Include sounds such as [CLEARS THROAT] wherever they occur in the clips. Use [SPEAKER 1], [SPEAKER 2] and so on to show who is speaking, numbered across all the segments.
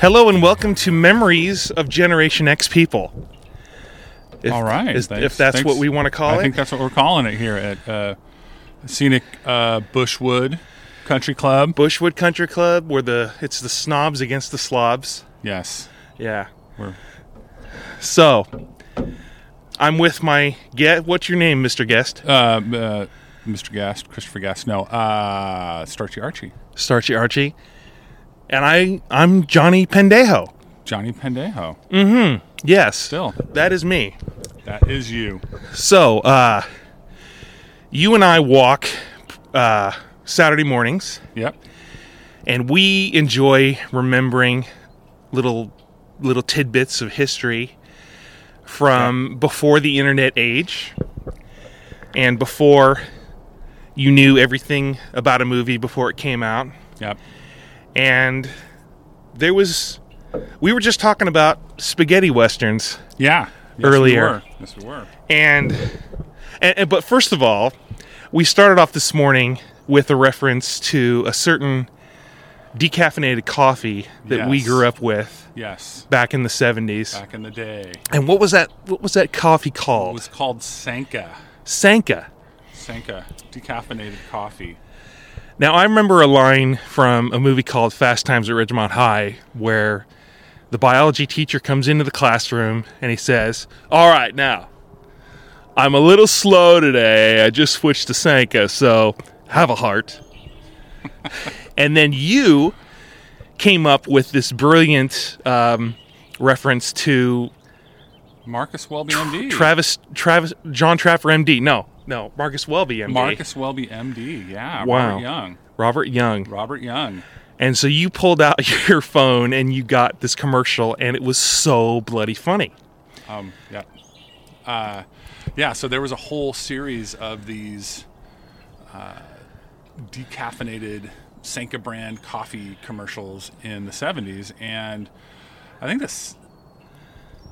[SPEAKER 1] Hello and welcome to Memories of Generation X People. If-
[SPEAKER 2] All right.
[SPEAKER 1] is-
[SPEAKER 2] Thanks-
[SPEAKER 1] if that's
[SPEAKER 2] thanks.
[SPEAKER 1] what we want to call
[SPEAKER 2] I
[SPEAKER 1] it.
[SPEAKER 2] think that's what we're calling it here at uh, Scenic uh, Bushwood Country Club.
[SPEAKER 1] Bushwood Country Club, where the it's the snobs against the slobs.
[SPEAKER 2] Yes.
[SPEAKER 1] Yeah.
[SPEAKER 2] We're,
[SPEAKER 1] So I'm with my get. What's your name, Mr. Guest?
[SPEAKER 2] uh, uh, Mr. Gast, Christopher Gast. No, uh, Starchy Archie.
[SPEAKER 1] Starchy Archie, and I I'm Johnny Pendejo.
[SPEAKER 2] Johnny Pendejo.
[SPEAKER 1] Yes,
[SPEAKER 2] Still.
[SPEAKER 1] that is me.
[SPEAKER 2] That is you.
[SPEAKER 1] So uh, you and I walk uh, Saturday mornings.
[SPEAKER 2] Yep.
[SPEAKER 1] and we enjoy remembering little little tidbits of history from before the internet age and before you knew everything about a movie before it came out
[SPEAKER 2] Yep.
[SPEAKER 1] and there was we were just talking about spaghetti westerns
[SPEAKER 2] Yeah. Yes, we
[SPEAKER 1] Earlier.
[SPEAKER 2] were. Yes, we were.
[SPEAKER 1] and, and, and but first of all, we started off this morning with a reference to a certain decaffeinated coffee that we
[SPEAKER 2] Yes.
[SPEAKER 1] grew up with
[SPEAKER 2] Yes.
[SPEAKER 1] back in the 70s.
[SPEAKER 2] Back in the day.
[SPEAKER 1] And what was that what was that coffee
[SPEAKER 2] It
[SPEAKER 1] called?
[SPEAKER 2] was called Sanka.
[SPEAKER 1] Sanka.
[SPEAKER 2] Sanka. Decaffeinated coffee.
[SPEAKER 1] Now I remember a line from a movie called Fast Times at Ridgemont High where the biology teacher comes into the classroom and he says, "All right, now. I'm a little slow today. I just switched to Sanka, so have a heart." and then you came up with this brilliant um, reference to
[SPEAKER 2] Marcus Welby, MD.
[SPEAKER 1] Travis Travis John Trapper MD. No, no, Marcus Welby MD.
[SPEAKER 2] Marcus Welby, MD. Yeah.
[SPEAKER 1] Wow.
[SPEAKER 2] Robert Young.
[SPEAKER 1] Robert Young.
[SPEAKER 2] Robert Young.
[SPEAKER 1] And so you pulled out [LAUGHS] your phone and you got this commercial, and it was so bloody funny.
[SPEAKER 2] Um, yeah. Uh, yeah, so there was a whole series of these uh, decaffeinated Senka brand coffee commercials in the 70s. And I think this.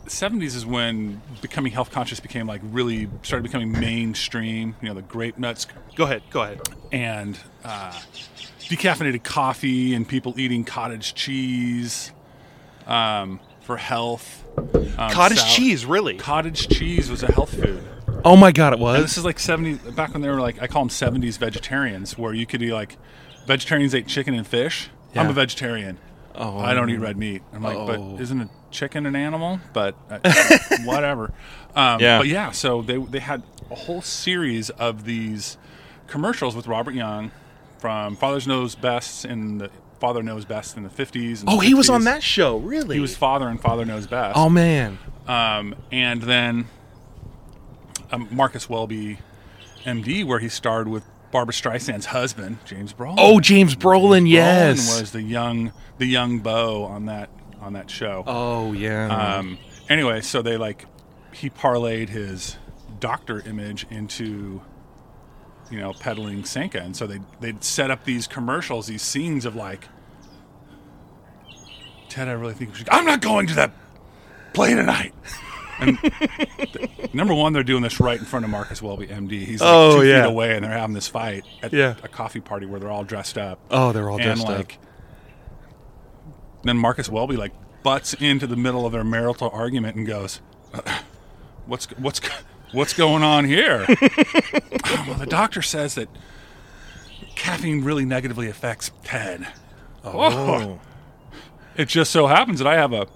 [SPEAKER 2] 70s is when becoming health conscious became like really started becoming mainstream. You know, the grape nuts
[SPEAKER 1] Go ahead, go ahead.
[SPEAKER 2] and uh, decaffeinated coffee and people eating cottage cheese um, for health. Um,
[SPEAKER 1] Cottage
[SPEAKER 2] sal-
[SPEAKER 1] cheese, really?
[SPEAKER 2] Cottage cheese was a health food.
[SPEAKER 1] Oh my god, it
[SPEAKER 2] And
[SPEAKER 1] was.
[SPEAKER 2] this is like 70s, back when they were like, I call them 70s vegetarians, where you could be like, vegetarians ate chicken and fish. I'm
[SPEAKER 1] Yeah. oh.
[SPEAKER 2] a vegetarian. Oh, I don't eat red meat. I'm like, but isn't a chicken an animal? But
[SPEAKER 1] [LAUGHS]
[SPEAKER 2] uh, whatever. Um,
[SPEAKER 1] Yeah.
[SPEAKER 2] But yeah, so they, they had a whole series of these commercials with Robert Young from Father's Knows Best and the Father Knows Best in the 50s. And
[SPEAKER 1] Oh,
[SPEAKER 2] the
[SPEAKER 1] he was
[SPEAKER 2] 60s.
[SPEAKER 1] on that show, really?
[SPEAKER 2] He was Father and Father Knows Best.
[SPEAKER 1] Oh man.
[SPEAKER 2] Um, and then um, Marcus Welby, MD, where he starred with Barbara Streisand's husband, James Brolin.
[SPEAKER 1] Oh, James Brolin,
[SPEAKER 2] Brolin
[SPEAKER 1] yes.
[SPEAKER 2] was the young the young beau on that on that show.
[SPEAKER 1] Oh yeah.
[SPEAKER 2] Um, anyway, so they like he parlayed his doctor image into you know peddling Sanka, and so they they'd set up these commercials, these scenes of like, Ted, I really think we should. I'm not going to that play tonight. And [LAUGHS] th- number one, they're doing this right in front of Marcus Welby, MD. He's like
[SPEAKER 1] Oh,
[SPEAKER 2] two
[SPEAKER 1] yeah.
[SPEAKER 2] feet away, and they're having this fight at
[SPEAKER 1] Yeah.
[SPEAKER 2] a coffee party where they're all dressed up
[SPEAKER 1] oh, they're all dressed
[SPEAKER 2] and
[SPEAKER 1] up.
[SPEAKER 2] like then Marcus Welby like butts into the middle of their marital argument and goes, [CLEARS THROAT] "What's what's what's going on here?" well, the doctor says that caffeine really negatively affects Ted.
[SPEAKER 1] Oh.
[SPEAKER 2] It just so happens that I have a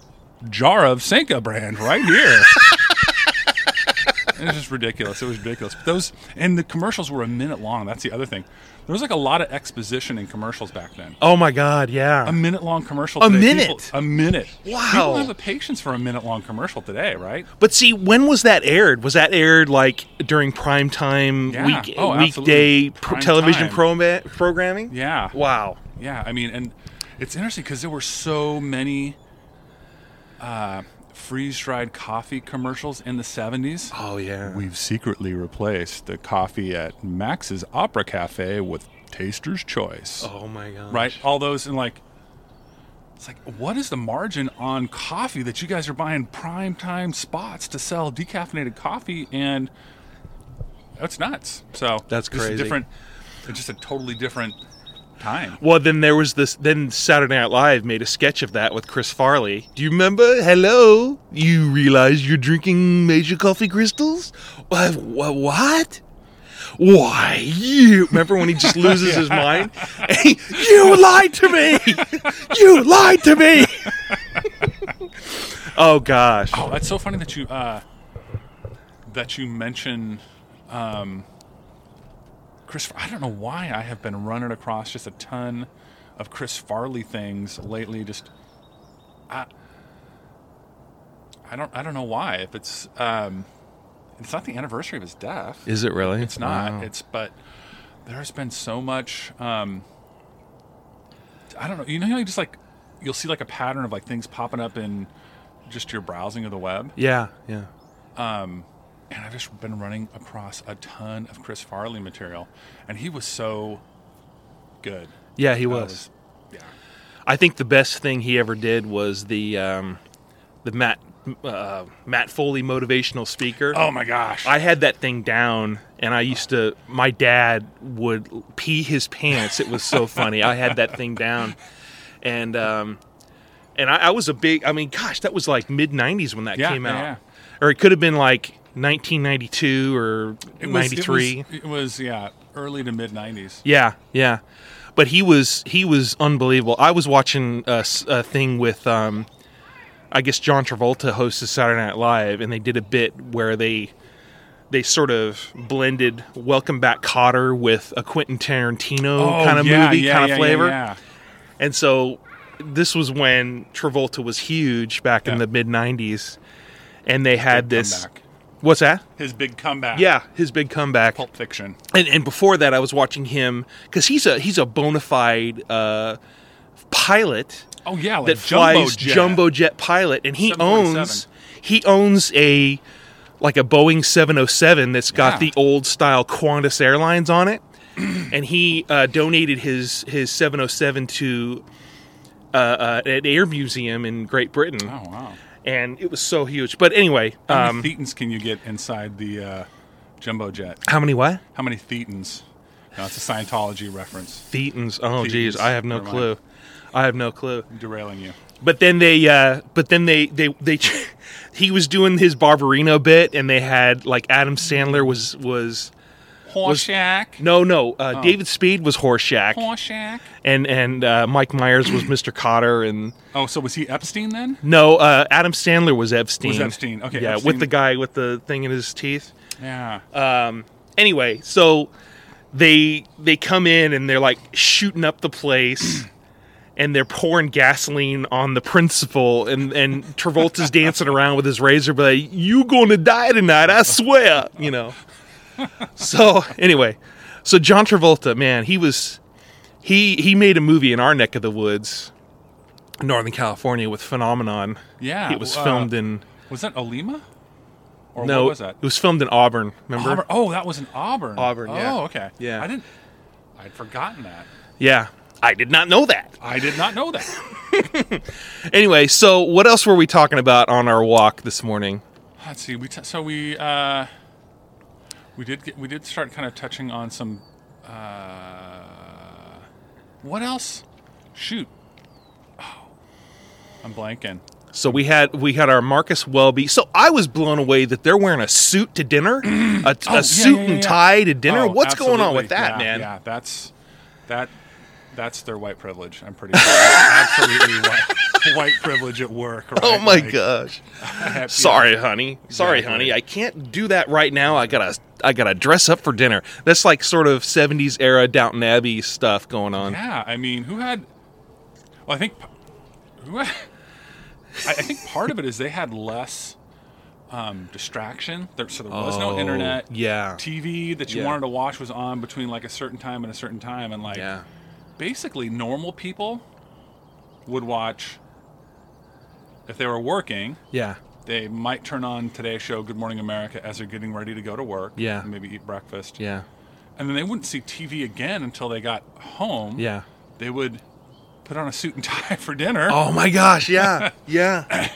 [SPEAKER 2] jar of Senka brand right here. it's just ridiculous. It was ridiculous. But those and the commercials were a minute long. That's the other thing. There was like a lot of exposition in commercials back then
[SPEAKER 1] Oh my god, yeah.
[SPEAKER 2] a minute long commercial.
[SPEAKER 1] A
[SPEAKER 2] today.
[SPEAKER 1] minute?
[SPEAKER 2] People- a minute.
[SPEAKER 1] Wow.
[SPEAKER 2] People don't have the patience for a minute long commercial today, right?
[SPEAKER 1] but see, when was that aired? Was that aired like during prime time
[SPEAKER 2] Yeah.
[SPEAKER 1] week
[SPEAKER 2] Oh,
[SPEAKER 1] weekday
[SPEAKER 2] absolutely.
[SPEAKER 1] pro-
[SPEAKER 2] Prime
[SPEAKER 1] television
[SPEAKER 2] time.
[SPEAKER 1] pro- programming?
[SPEAKER 2] Yeah.
[SPEAKER 1] Wow.
[SPEAKER 2] Yeah. I mean, and it's interesting because there were so many uh, freeze dried coffee commercials in the 70s.
[SPEAKER 1] Oh yeah.
[SPEAKER 2] We've secretly replaced the coffee at Max's Opera Cafe with Taster's Choice.
[SPEAKER 1] oh my god.
[SPEAKER 2] Right? All those and like. It's like, what is the margin on coffee that you guys are buying prime time spots to sell decaffeinated coffee? And that's nuts. So
[SPEAKER 1] That's
[SPEAKER 2] just a
[SPEAKER 1] crazy.
[SPEAKER 2] different, it's just a totally different time.
[SPEAKER 1] Well, then there was this. Then Saturday Night Live made a sketch of that with Chris Farley. Do you remember? Hello, you realize you're drinking major coffee crystals? Wha- wha- What? Why you? Remember when he
[SPEAKER 2] [LAUGHS]
[SPEAKER 1] just loses his mind? Hey, you lied to me. you lied to
[SPEAKER 2] [LAUGHS]
[SPEAKER 1] me. oh gosh.
[SPEAKER 2] Oh, that's so funny that you uh, that you mention um, Chris. I don't know why I have been running across just a ton of Chris Farley things lately. Just I, I don't I don't know why. If it's um, it's not the anniversary of his death.
[SPEAKER 1] Is it really?
[SPEAKER 2] It's not. It's but there's been so much. Um, I don't know. You know, how you just like you'll see like a pattern of like things popping up in just your browsing of the web,
[SPEAKER 1] yeah, yeah.
[SPEAKER 2] and I've just been running across a ton of Chris Farley material, and he was so good.
[SPEAKER 1] Yeah, he
[SPEAKER 2] I
[SPEAKER 1] was.
[SPEAKER 2] yeah.
[SPEAKER 1] I think the best thing he ever did was the um, the Matt uh, Matt Foley motivational speaker.
[SPEAKER 2] Oh my gosh.
[SPEAKER 1] I had that thing down, and I used to. My dad would pee his pants. It was
[SPEAKER 2] [LAUGHS]
[SPEAKER 1] so funny. I had that thing down, and um, and I, I was a big. I mean, gosh, that was like mid '90s when that
[SPEAKER 2] Yeah,
[SPEAKER 1] came
[SPEAKER 2] yeah,
[SPEAKER 1] out,
[SPEAKER 2] yeah.
[SPEAKER 1] or it could have been like 1992 or
[SPEAKER 2] It was- it
[SPEAKER 1] '93.
[SPEAKER 2] was- It, was yeah, early to mid '90s.
[SPEAKER 1] Yeah, yeah. But he was he was unbelievable. I was watching a, s- a thing with um, I guess John Travolta hosted Saturday Night Live, and they did a bit where they they sort of blended Welcome Back Cotter with a Quentin Tarantino kind of movie kind of flavor.
[SPEAKER 2] Oh, Yeah,
[SPEAKER 1] And so this was when Travolta was huge back in
[SPEAKER 2] Yeah.
[SPEAKER 1] the mid '90s, and they had this.
[SPEAKER 2] Comeback.
[SPEAKER 1] What's that?
[SPEAKER 2] His big comeback.
[SPEAKER 1] Yeah, his big comeback
[SPEAKER 2] Pulp Fiction.
[SPEAKER 1] and and before that, I was watching him because he's a he's a bona fide uh, pilot
[SPEAKER 2] Oh yeah, like
[SPEAKER 1] that
[SPEAKER 2] jumbo
[SPEAKER 1] flies
[SPEAKER 2] jet.
[SPEAKER 1] jumbo jet pilot, and he
[SPEAKER 2] 747.
[SPEAKER 1] owns he owns a like a Boeing 707 that's got
[SPEAKER 2] Yeah.
[SPEAKER 1] the old style Qantas Airlines on it, [CLEARS THROAT] and he uh, donated his his 707 to uh, uh, an air museum in Great Britain,
[SPEAKER 2] Oh wow.
[SPEAKER 1] and it was so huge. But anyway,
[SPEAKER 2] How
[SPEAKER 1] um,
[SPEAKER 2] many thetans can you get inside the uh, jumbo jet?
[SPEAKER 1] how many what?
[SPEAKER 2] How many thetans? No, it's a Scientology reference.
[SPEAKER 1] Thetans. Oh, geez,
[SPEAKER 2] Thetans.
[SPEAKER 1] I have no
[SPEAKER 2] Never mind.
[SPEAKER 1] clue. I have no clue.
[SPEAKER 2] I'm derailing you.
[SPEAKER 1] But then they, uh, but then they, they, they, [LAUGHS] he was doing his Barbarino bit, and they had like Adam Sandler was was
[SPEAKER 2] Horseshack.
[SPEAKER 1] no no
[SPEAKER 2] Oh.
[SPEAKER 1] uh, David Spade was Horseshack,
[SPEAKER 2] Horseshack.
[SPEAKER 1] and and uh, Mike Myers was Mr. Cotter, and
[SPEAKER 2] Oh, so was he Epstein then?
[SPEAKER 1] no uh, Adam Sandler was Epstein.
[SPEAKER 2] Was Epstein. Okay,
[SPEAKER 1] yeah,
[SPEAKER 2] Epstein.
[SPEAKER 1] with the guy with the thing in his teeth.
[SPEAKER 2] Yeah.
[SPEAKER 1] Uh, anyway, so they they come in and they're like shooting up the place. [CLEARS THROAT] And they're pouring gasoline on the principal, and, and
[SPEAKER 2] [LAUGHS]
[SPEAKER 1] Travolta's dancing around with his razor blade. You gonna die tonight, I swear. You
[SPEAKER 2] [LAUGHS]
[SPEAKER 1] know. So anyway, so John Travolta, man, he was he he made a movie in our neck of the woods, Northern California, with Phenomenon.
[SPEAKER 2] yeah.
[SPEAKER 1] it was
[SPEAKER 2] uh,
[SPEAKER 1] filmed in
[SPEAKER 2] Was that Olima? Or
[SPEAKER 1] no,
[SPEAKER 2] what was that?
[SPEAKER 1] it was filmed in Auburn. Remember?
[SPEAKER 2] Auburn. Oh, that was in Auburn.
[SPEAKER 1] Auburn, yeah.
[SPEAKER 2] Oh, okay.
[SPEAKER 1] Yeah.
[SPEAKER 2] I didn't. I'd forgotten that.
[SPEAKER 1] Yeah, I did not know that.
[SPEAKER 2] I did not know that.
[SPEAKER 1] Anyway, so what else were we talking about on our walk this morning?
[SPEAKER 2] Let's see. We t- so we uh, we did get, we did start kind of touching on some. Uh, what else? Shoot. Oh, I'm blanking.
[SPEAKER 1] So we had we had our Marcus Welby. So I was blown away that they're wearing a suit to
[SPEAKER 2] [CLEARS THROAT]
[SPEAKER 1] dinner, a, a
[SPEAKER 2] Oh, yeah,
[SPEAKER 1] suit
[SPEAKER 2] yeah, yeah, yeah.
[SPEAKER 1] and tie to dinner.
[SPEAKER 2] Oh,
[SPEAKER 1] What's going on
[SPEAKER 2] absolutely.
[SPEAKER 1] with that,
[SPEAKER 2] Yeah,
[SPEAKER 1] man?
[SPEAKER 2] Yeah, that's that that's their white privilege. I'm pretty [LAUGHS] sure. absolutely white, white privilege at work. Right?
[SPEAKER 1] Oh my
[SPEAKER 2] Like,
[SPEAKER 1] gosh!
[SPEAKER 2] happy-
[SPEAKER 1] Sorry, honey. Sorry,
[SPEAKER 2] Exactly.
[SPEAKER 1] honey. I can't do that right now. I gotta I gotta dress up for dinner. That's like sort of '70s era Downton Abbey stuff going on.
[SPEAKER 2] Yeah, I mean, who had? Well, I think who had, I, I think part of it is they had less um, distraction, there, so there was no
[SPEAKER 1] Oh,
[SPEAKER 2] internet.
[SPEAKER 1] yeah.
[SPEAKER 2] TV that you
[SPEAKER 1] Yeah.
[SPEAKER 2] wanted to watch was on between like a certain time and a certain time, and like
[SPEAKER 1] Yeah.
[SPEAKER 2] basically normal people would watch if they were working.
[SPEAKER 1] Yeah.
[SPEAKER 2] They might turn on Today Show, Good Morning America, as they're getting ready to go to work.
[SPEAKER 1] Yeah.
[SPEAKER 2] and maybe eat breakfast,
[SPEAKER 1] Yeah.
[SPEAKER 2] and then they wouldn't see TV again until they got home [LAUGHS]
[SPEAKER 1] Yeah.
[SPEAKER 2] they would put on a suit and [LAUGHS] tie for dinner
[SPEAKER 1] Oh my gosh! Yeah.
[SPEAKER 2] [LAUGHS]
[SPEAKER 1] Yeah.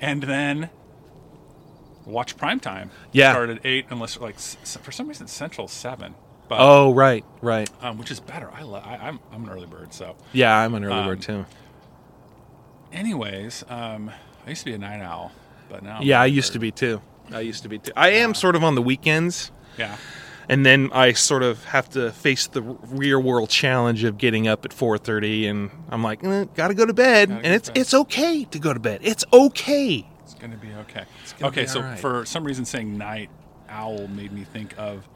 [SPEAKER 2] and then watch primetime.
[SPEAKER 1] Yeah.
[SPEAKER 2] Started 8 unless like s- s- for some reason Central 7. but
[SPEAKER 1] Oh, right, right.
[SPEAKER 2] um, which is better. I love. I, I'm I'm an early bird, so.
[SPEAKER 1] Yeah, I'm an early bird too.
[SPEAKER 2] Anyways, um, I used to be a night owl, but now I'm
[SPEAKER 1] Yeah,
[SPEAKER 2] an
[SPEAKER 1] I
[SPEAKER 2] early
[SPEAKER 1] used to
[SPEAKER 2] bird.
[SPEAKER 1] be too. I used to be too. I am sort of on the weekends,
[SPEAKER 2] Yeah,
[SPEAKER 1] and then I sort of have to face the real world challenge of getting up at 4:30, and I'm like, eh, gotta go to bed,
[SPEAKER 2] Gotta
[SPEAKER 1] and
[SPEAKER 2] go to
[SPEAKER 1] it's
[SPEAKER 2] bed.
[SPEAKER 1] it's okay to go to bed. It's okay.
[SPEAKER 2] it's gonna be okay.
[SPEAKER 1] gonna
[SPEAKER 2] okay,
[SPEAKER 1] be
[SPEAKER 2] so
[SPEAKER 1] alright.
[SPEAKER 2] for some reason, saying night owl made me think of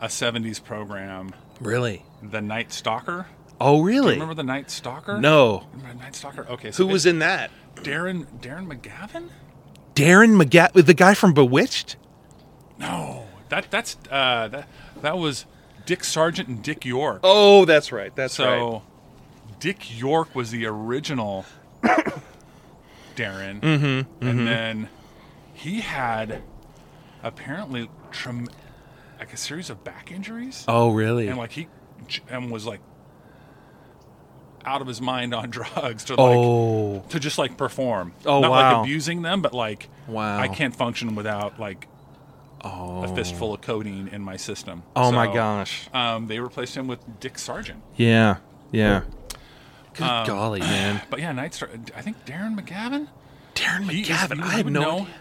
[SPEAKER 2] a '70s program,
[SPEAKER 1] Really?
[SPEAKER 2] The Night Stalker.
[SPEAKER 1] Oh, really?
[SPEAKER 2] Remember The Night Stalker?
[SPEAKER 1] No.
[SPEAKER 2] Remember The Night Stalker. Okay, so
[SPEAKER 1] Who was in that?
[SPEAKER 2] it? Darren? Darren McGavin?
[SPEAKER 1] Darren McGa- the guy from Bewitched.
[SPEAKER 2] No, that that's uh, that that was Dick Sargent and Dick York.
[SPEAKER 1] Oh, that's right. That's
[SPEAKER 2] So Dick York was the original
[SPEAKER 1] [COUGHS]
[SPEAKER 2] Darren,
[SPEAKER 1] Mm-hmm,
[SPEAKER 2] and then he had apparently trem- like a series of back injuries,
[SPEAKER 1] Oh, really?
[SPEAKER 2] and like he j- and was like out of his mind on [LAUGHS] drugs to like
[SPEAKER 1] oh,
[SPEAKER 2] to just like perform.
[SPEAKER 1] Oh,
[SPEAKER 2] not
[SPEAKER 1] wow.
[SPEAKER 2] like abusing them, but like
[SPEAKER 1] Wow.
[SPEAKER 2] I can't function without like
[SPEAKER 1] oh,
[SPEAKER 2] a fistful of codeine in my system.
[SPEAKER 1] oh my
[SPEAKER 2] So,
[SPEAKER 1] gosh.
[SPEAKER 2] Um, they replaced him with Dick Sargent.
[SPEAKER 1] Yeah, yeah. Good
[SPEAKER 2] Um,
[SPEAKER 1] golly, man.
[SPEAKER 2] But yeah, Night Star. I think Darren McGavin.
[SPEAKER 1] Darren
[SPEAKER 2] He is-
[SPEAKER 1] McGavin.
[SPEAKER 2] you
[SPEAKER 1] I have
[SPEAKER 2] would
[SPEAKER 1] no.
[SPEAKER 2] know-
[SPEAKER 1] idea.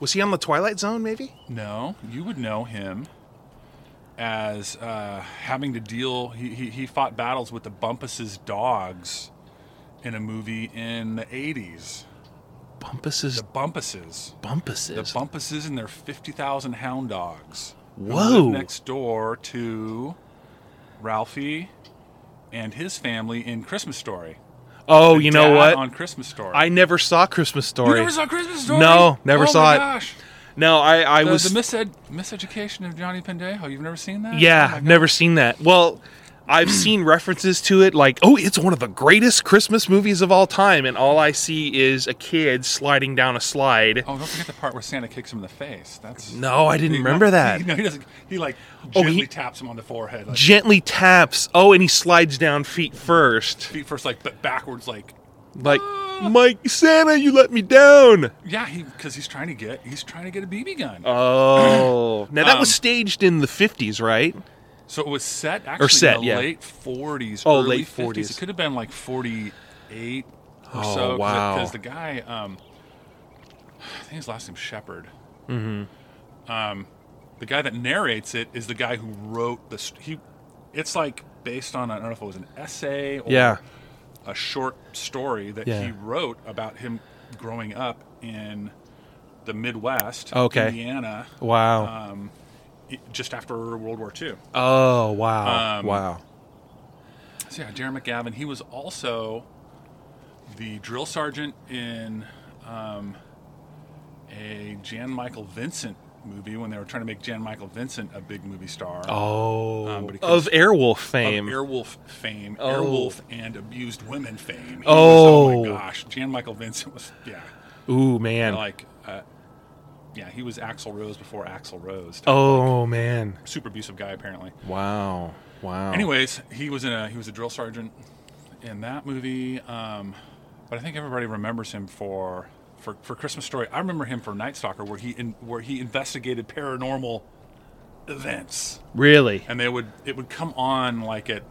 [SPEAKER 1] Was he on the Twilight Zone? Maybe.
[SPEAKER 2] No, you would know him as uh, having to deal. He, he he fought battles with the Bumpus's dogs in a movie in the '80s.
[SPEAKER 1] Bumpus's
[SPEAKER 2] The Bumpuses. The
[SPEAKER 1] Bumpus's.
[SPEAKER 2] Bumpuses and their fifty thousand hound dogs. who
[SPEAKER 1] Whoa.
[SPEAKER 2] live Next door to Ralphie and his family in Christmas Story.
[SPEAKER 1] oh, you know
[SPEAKER 2] Dad
[SPEAKER 1] what?
[SPEAKER 2] On Christmas Story.
[SPEAKER 1] I never saw Christmas
[SPEAKER 2] you
[SPEAKER 1] Story.
[SPEAKER 2] never saw Christmas Story?
[SPEAKER 1] No, never
[SPEAKER 2] oh
[SPEAKER 1] saw
[SPEAKER 2] my
[SPEAKER 1] it.
[SPEAKER 2] Gosh.
[SPEAKER 1] no, I I
[SPEAKER 2] The,
[SPEAKER 1] was.
[SPEAKER 2] the mised, miseducation of Johnny Pendejo. You've never seen that?
[SPEAKER 1] yeah,
[SPEAKER 2] Oh my
[SPEAKER 1] I've never seen that. Well. I've seen references to it like, oh, it's one of the greatest Christmas movies of all time. And all I see is a kid sliding down a slide.
[SPEAKER 2] Oh, don't forget the part where Santa kicks him in the face. That's
[SPEAKER 1] No, I didn't remember
[SPEAKER 2] No,
[SPEAKER 1] that.
[SPEAKER 2] [LAUGHS] He, no, he doesn't. He like
[SPEAKER 1] Oh,
[SPEAKER 2] gently
[SPEAKER 1] he-
[SPEAKER 2] taps him on the forehead, like
[SPEAKER 1] Gently taps. Oh, and he slides down feet first.
[SPEAKER 2] feet first, like but backwards, like
[SPEAKER 1] Like, Mike, Santa, you let me down.
[SPEAKER 2] yeah, he because he's trying to get he's trying to get a BB gun.
[SPEAKER 1] Oh. now, that was
[SPEAKER 2] Um,
[SPEAKER 1] staged in the 50s, right?
[SPEAKER 2] so it was set actually
[SPEAKER 1] set,
[SPEAKER 2] in the
[SPEAKER 1] yeah.
[SPEAKER 2] late forties.
[SPEAKER 1] Oh,
[SPEAKER 2] early
[SPEAKER 1] late
[SPEAKER 2] 50s.
[SPEAKER 1] 40s.
[SPEAKER 2] It could have been like forty eight or
[SPEAKER 1] Oh,
[SPEAKER 2] so.
[SPEAKER 1] wow.
[SPEAKER 2] Because the guy, um, I think his last name's Shepard. Mm-hmm. Um,
[SPEAKER 1] Mm-hmm.
[SPEAKER 2] the guy that narrates it is the guy who wrote the st- he. It's like based on I don't know if it was an essay or
[SPEAKER 1] Yeah.
[SPEAKER 2] a short story that
[SPEAKER 1] Yeah.
[SPEAKER 2] he wrote about him growing up in the Midwest,
[SPEAKER 1] Okay.
[SPEAKER 2] Indiana,
[SPEAKER 1] Wow.
[SPEAKER 2] i- just after World War II.
[SPEAKER 1] oh, wow.
[SPEAKER 2] um,
[SPEAKER 1] wow.
[SPEAKER 2] So yeah, Darren McGavin. He was also the drill sergeant in um, a Jan Michael Vincent movie when they were trying to make Jan Michael Vincent a big movie star.
[SPEAKER 1] Oh.
[SPEAKER 2] um, but he
[SPEAKER 1] of
[SPEAKER 2] could-
[SPEAKER 1] Airwolf
[SPEAKER 2] of
[SPEAKER 1] fame.
[SPEAKER 2] Airwolf fame,
[SPEAKER 1] Oh.
[SPEAKER 2] Airwolf and abused women fame. He was- oh my
[SPEAKER 1] Oh.
[SPEAKER 2] gosh, Jan Michael Vincent was yeah.
[SPEAKER 1] Ooh, man.
[SPEAKER 2] like uh, yeah he was axel rose before axel rose
[SPEAKER 1] oh, man.
[SPEAKER 2] super abusive guy apparently
[SPEAKER 1] Wow. Wow.
[SPEAKER 2] anyways he was in a he was a drill sergeant in that movie um, but i think everybody remembers him for for, for christmas story i remember him for night stalker where he in, where he investigated paranormal events
[SPEAKER 1] Really?
[SPEAKER 2] and they would it would come on like at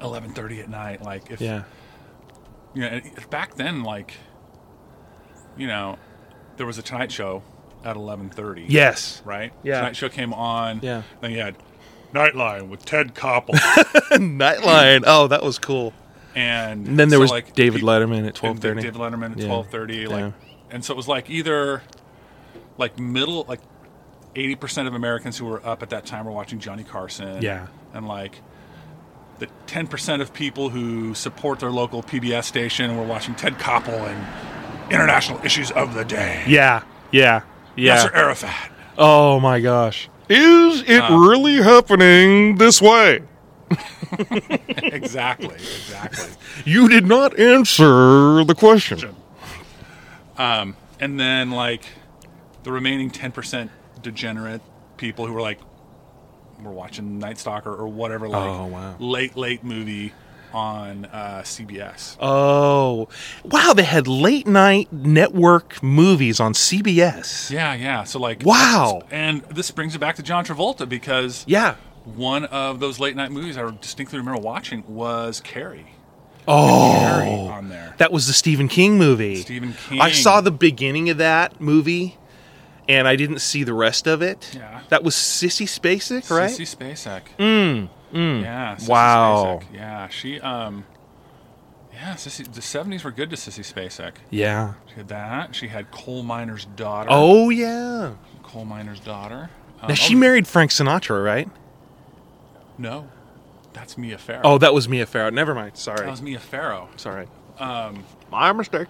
[SPEAKER 2] 11:30 at night like if
[SPEAKER 1] Yeah.
[SPEAKER 2] you know, and it- back then, like, you know, there was a Tonight Show at eleven thirty.
[SPEAKER 1] Yes.
[SPEAKER 2] right.
[SPEAKER 1] Yeah.
[SPEAKER 2] Tonight Show came on.
[SPEAKER 1] Yeah.
[SPEAKER 2] Then you had Nightline with Ted Koppel,
[SPEAKER 1] [LAUGHS] Nightline. Oh, that was cool.
[SPEAKER 2] and,
[SPEAKER 1] And then there
[SPEAKER 2] so,
[SPEAKER 1] was
[SPEAKER 2] like
[SPEAKER 1] David
[SPEAKER 2] peop-
[SPEAKER 1] Letterman at
[SPEAKER 2] and
[SPEAKER 1] 1230.
[SPEAKER 2] David Letterman at
[SPEAKER 1] Yeah.
[SPEAKER 2] twelve thirty. Like,
[SPEAKER 1] Yeah.
[SPEAKER 2] and so it was like either like middle like eighty percent of Americans who were up at that time were watching Johnny Carson.
[SPEAKER 1] Yeah.
[SPEAKER 2] and like. The ten percent of people who support their local PBS station were watching Ted Koppel and international issues of the day.
[SPEAKER 1] Yeah. Yeah. Yeah.
[SPEAKER 2] Yasser Arafat. [LAUGHS]
[SPEAKER 1] Oh my gosh. Uh, Is it really happening this way?
[SPEAKER 2] exactly, exactly.
[SPEAKER 1] You did not answer the question.
[SPEAKER 2] Um, and then like the remaining ten percent degenerate people who were like, we're watching Night Stalker or whatever, like
[SPEAKER 1] Oh, wow.
[SPEAKER 2] late late movie on uh, CBS.
[SPEAKER 1] Oh, wow. They had late night network movies on CBS.
[SPEAKER 2] Yeah, yeah. So like,
[SPEAKER 1] Wow.
[SPEAKER 2] And this brings it back to John Travolta because
[SPEAKER 1] Yeah.
[SPEAKER 2] one of those late night movies I distinctly remember watching was Carrie. Carrie
[SPEAKER 1] Oh,
[SPEAKER 2] on there.
[SPEAKER 1] that was the Stephen King movie.
[SPEAKER 2] Stephen
[SPEAKER 1] I saw
[SPEAKER 2] King.
[SPEAKER 1] the beginning of that movie, and I didn't see the rest of it.
[SPEAKER 2] Yeah.
[SPEAKER 1] That was Sissy Spacek, right?
[SPEAKER 2] Sissy Spacek. Mm, mm. Yeah. Sissy
[SPEAKER 1] Wow.
[SPEAKER 2] Spacek. Yeah. She. Um. Yeah. Sissy, the seventies were good to Sissy Spacek.
[SPEAKER 1] Yeah.
[SPEAKER 2] She had that. She had coal miner's daughter.
[SPEAKER 1] Oh yeah.
[SPEAKER 2] Coal miner's daughter. Um,
[SPEAKER 1] Now she
[SPEAKER 2] oh,
[SPEAKER 1] married Frank Sinatra, right?
[SPEAKER 2] No, that's Mia Farrow.
[SPEAKER 1] Oh, that was Mia Farrow. Never mind. Sorry.
[SPEAKER 2] that was Mia Farrow.
[SPEAKER 1] Sorry. Um, my mistake.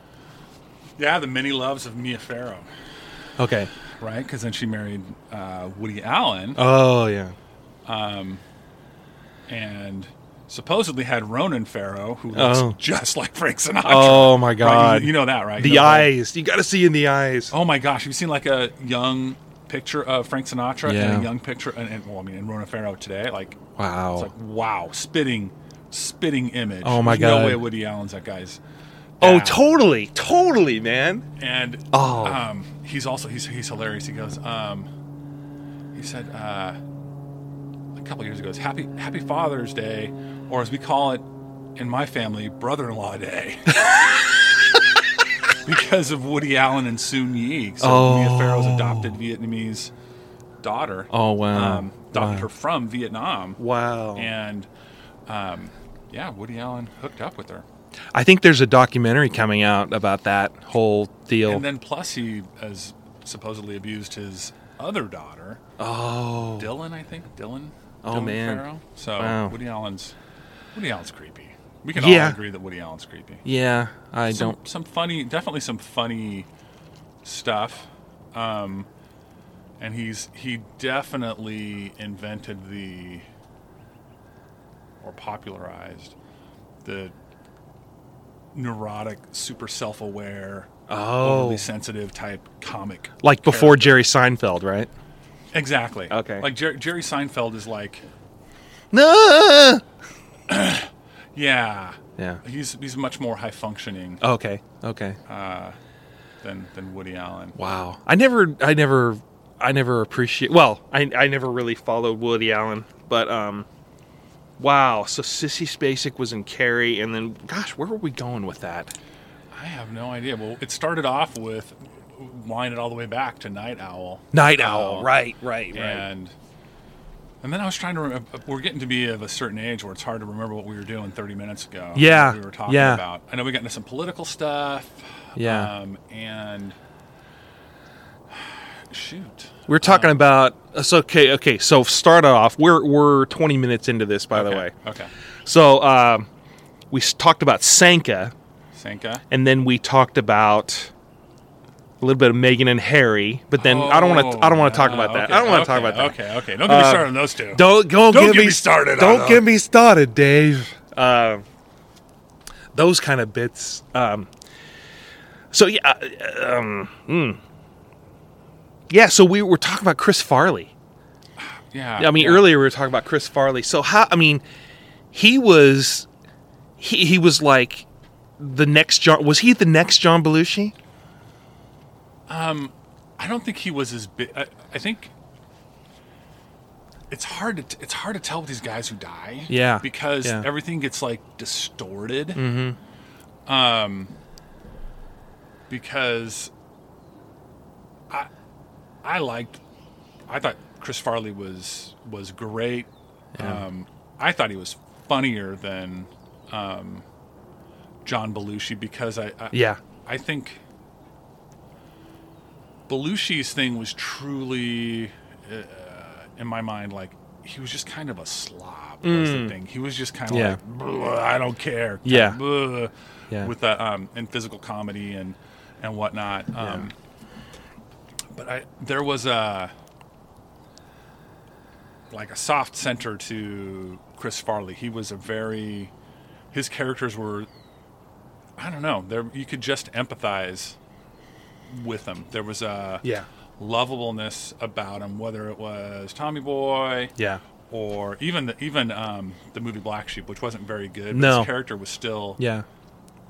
[SPEAKER 2] Yeah, the many loves of Mia Farrow.
[SPEAKER 1] Okay.
[SPEAKER 2] Right, because then she married uh, Woody Allen
[SPEAKER 1] Oh yeah.
[SPEAKER 2] and supposedly had Ronan Farrow, who looks
[SPEAKER 1] Oh.
[SPEAKER 2] just like Frank Sinatra.
[SPEAKER 1] Oh my
[SPEAKER 2] Right, you-
[SPEAKER 1] God.
[SPEAKER 2] you, know that, right?
[SPEAKER 1] The
[SPEAKER 2] You know that.
[SPEAKER 1] eyes. You got to see in the eyes.
[SPEAKER 2] Oh my gosh, you've seen like a young picture of Frank Sinatra and
[SPEAKER 1] Yeah.
[SPEAKER 2] a young picture, and, and well, I mean, and Rona Farrow today, like
[SPEAKER 1] wow.
[SPEAKER 2] it's like wow, spitting, spitting image.
[SPEAKER 1] Oh my
[SPEAKER 2] There's
[SPEAKER 1] God.
[SPEAKER 2] no way Woody Allen's that guy's.
[SPEAKER 1] oh,
[SPEAKER 2] dad.
[SPEAKER 1] totally, totally, man.
[SPEAKER 2] And
[SPEAKER 1] Oh.
[SPEAKER 2] um, he's also he's he's hilarious. He goes, um, he said uh, a couple years ago, it's happy Happy Father's Day, or as we call it in my family,
[SPEAKER 1] [LAUGHS]
[SPEAKER 2] Brother-in-Law Day, because of Woody Allen and Soon Yi. So Mia Farrow's
[SPEAKER 1] Oh.
[SPEAKER 2] adopted Vietnamese daughter.
[SPEAKER 1] Oh, wow.
[SPEAKER 2] Um, adopted
[SPEAKER 1] Wow.
[SPEAKER 2] her from Vietnam,
[SPEAKER 1] Wow.
[SPEAKER 2] and um, yeah, Woody Allen hooked up with her.
[SPEAKER 1] I think there's a documentary coming out about that whole deal.
[SPEAKER 2] And then plus he has supposedly abused his other daughter,
[SPEAKER 1] oh,
[SPEAKER 2] Dylan, I think. Dylan.
[SPEAKER 1] Oh,
[SPEAKER 2] Dylan
[SPEAKER 1] man.
[SPEAKER 2] Farrow. So
[SPEAKER 1] Wow.
[SPEAKER 2] Woody Allen's Woody Allen's creepy. We can
[SPEAKER 1] Yeah.
[SPEAKER 2] all agree that Woody Allen's creepy.
[SPEAKER 1] yeah. I
[SPEAKER 2] some,
[SPEAKER 1] don't.
[SPEAKER 2] some funny definitely some funny stuff. Um and he's he definitely invented the or popularized the neurotic, super self aware
[SPEAKER 1] Oh,
[SPEAKER 2] overly sensitive type comic.
[SPEAKER 1] like before Jerry Seinfeld, right?
[SPEAKER 2] Exactly.
[SPEAKER 1] Okay.
[SPEAKER 2] Like Jer- Jerry Seinfeld is like,
[SPEAKER 1] No.
[SPEAKER 2] yeah,
[SPEAKER 1] Yeah.
[SPEAKER 2] he's he's much more high functioning
[SPEAKER 1] Okay. Okay.
[SPEAKER 2] than than Woody Allen.
[SPEAKER 1] Wow. I never. I never. I never appreciate. Well, I. I never really followed Woody Allen, but um. Wow. So Sissy Spacek was in Carrie, and then gosh, where were we going with that?
[SPEAKER 2] I have no idea. Well, it started off with wind it all the way back to Night Owl.
[SPEAKER 1] Night
[SPEAKER 2] Uh,
[SPEAKER 1] Owl. Oh, Right. Right. Right.
[SPEAKER 2] And and then I was trying to. Re- we're getting to be of a certain age where it's hard to remember what we were doing 30 minutes ago.
[SPEAKER 1] Yeah,
[SPEAKER 2] We were talking
[SPEAKER 1] yeah.
[SPEAKER 2] about. I know we got into some political stuff.
[SPEAKER 1] Yeah.
[SPEAKER 2] Um, and [SIGHS] shoot.
[SPEAKER 1] We're talking about about so okay, okay. So start off. We're we're twenty minutes into this, by the way.
[SPEAKER 2] Okay.
[SPEAKER 1] So um, we s- talked about Sanka,
[SPEAKER 2] Sanka.
[SPEAKER 1] and then we talked about a little bit of Megan and Harry. But then I don't want to. I don't want to talk
[SPEAKER 2] Oh,
[SPEAKER 1] about that.
[SPEAKER 2] okay,
[SPEAKER 1] I don't want to
[SPEAKER 2] okay,
[SPEAKER 1] talk about that.
[SPEAKER 2] Okay, okay. Don't get me
[SPEAKER 1] Uh,
[SPEAKER 2] started on those 2
[SPEAKER 1] Don't don't,
[SPEAKER 2] Don't
[SPEAKER 1] get,
[SPEAKER 2] get
[SPEAKER 1] me
[SPEAKER 2] me started on
[SPEAKER 1] Don't
[SPEAKER 2] them.
[SPEAKER 1] get me started, Dave. Um, those kind of bits. Um, so yeah, uh, um, mm. yeah. So we were talking about Chris Farley.
[SPEAKER 2] yeah.
[SPEAKER 1] I mean,
[SPEAKER 2] yeah.
[SPEAKER 1] earlier we were talking about Chris Farley. So how? I mean, he was he he was like the next John. Was he the next John Belushi?
[SPEAKER 2] I don't think he was as big. I, I think it's hard to t- it's hard to tell with these guys who die.
[SPEAKER 1] Yeah,
[SPEAKER 2] because
[SPEAKER 1] yeah.
[SPEAKER 2] everything gets like distorted. Um,
[SPEAKER 1] Mm-hmm.
[SPEAKER 2] because I I liked I thought Chris Farley was was great. Um, I thought he was funnier than um, John Belushi because I, I
[SPEAKER 1] Yeah,
[SPEAKER 2] I think Belushi's thing was truly, uh, in my mind, like he was just kind of a slob. Was the thing. He was just kind of
[SPEAKER 1] Mm. Yeah.
[SPEAKER 2] like, "Bleh, I don't care. kind
[SPEAKER 1] Yeah.
[SPEAKER 2] of, "Bleh,"
[SPEAKER 1] Yeah.
[SPEAKER 2] With the um, and physical comedy and and whatnot. Um, But I there was a like a soft center to Chris Farley. He was a very his characters were I don't know. There you could just empathize with him. There was a
[SPEAKER 1] yeah,
[SPEAKER 2] lovableness about him, whether it was Tommy Boy
[SPEAKER 1] yeah,
[SPEAKER 2] or even the, even um, the movie Black Sheep, which wasn't very good. But
[SPEAKER 1] No.
[SPEAKER 2] his character was still
[SPEAKER 1] yeah,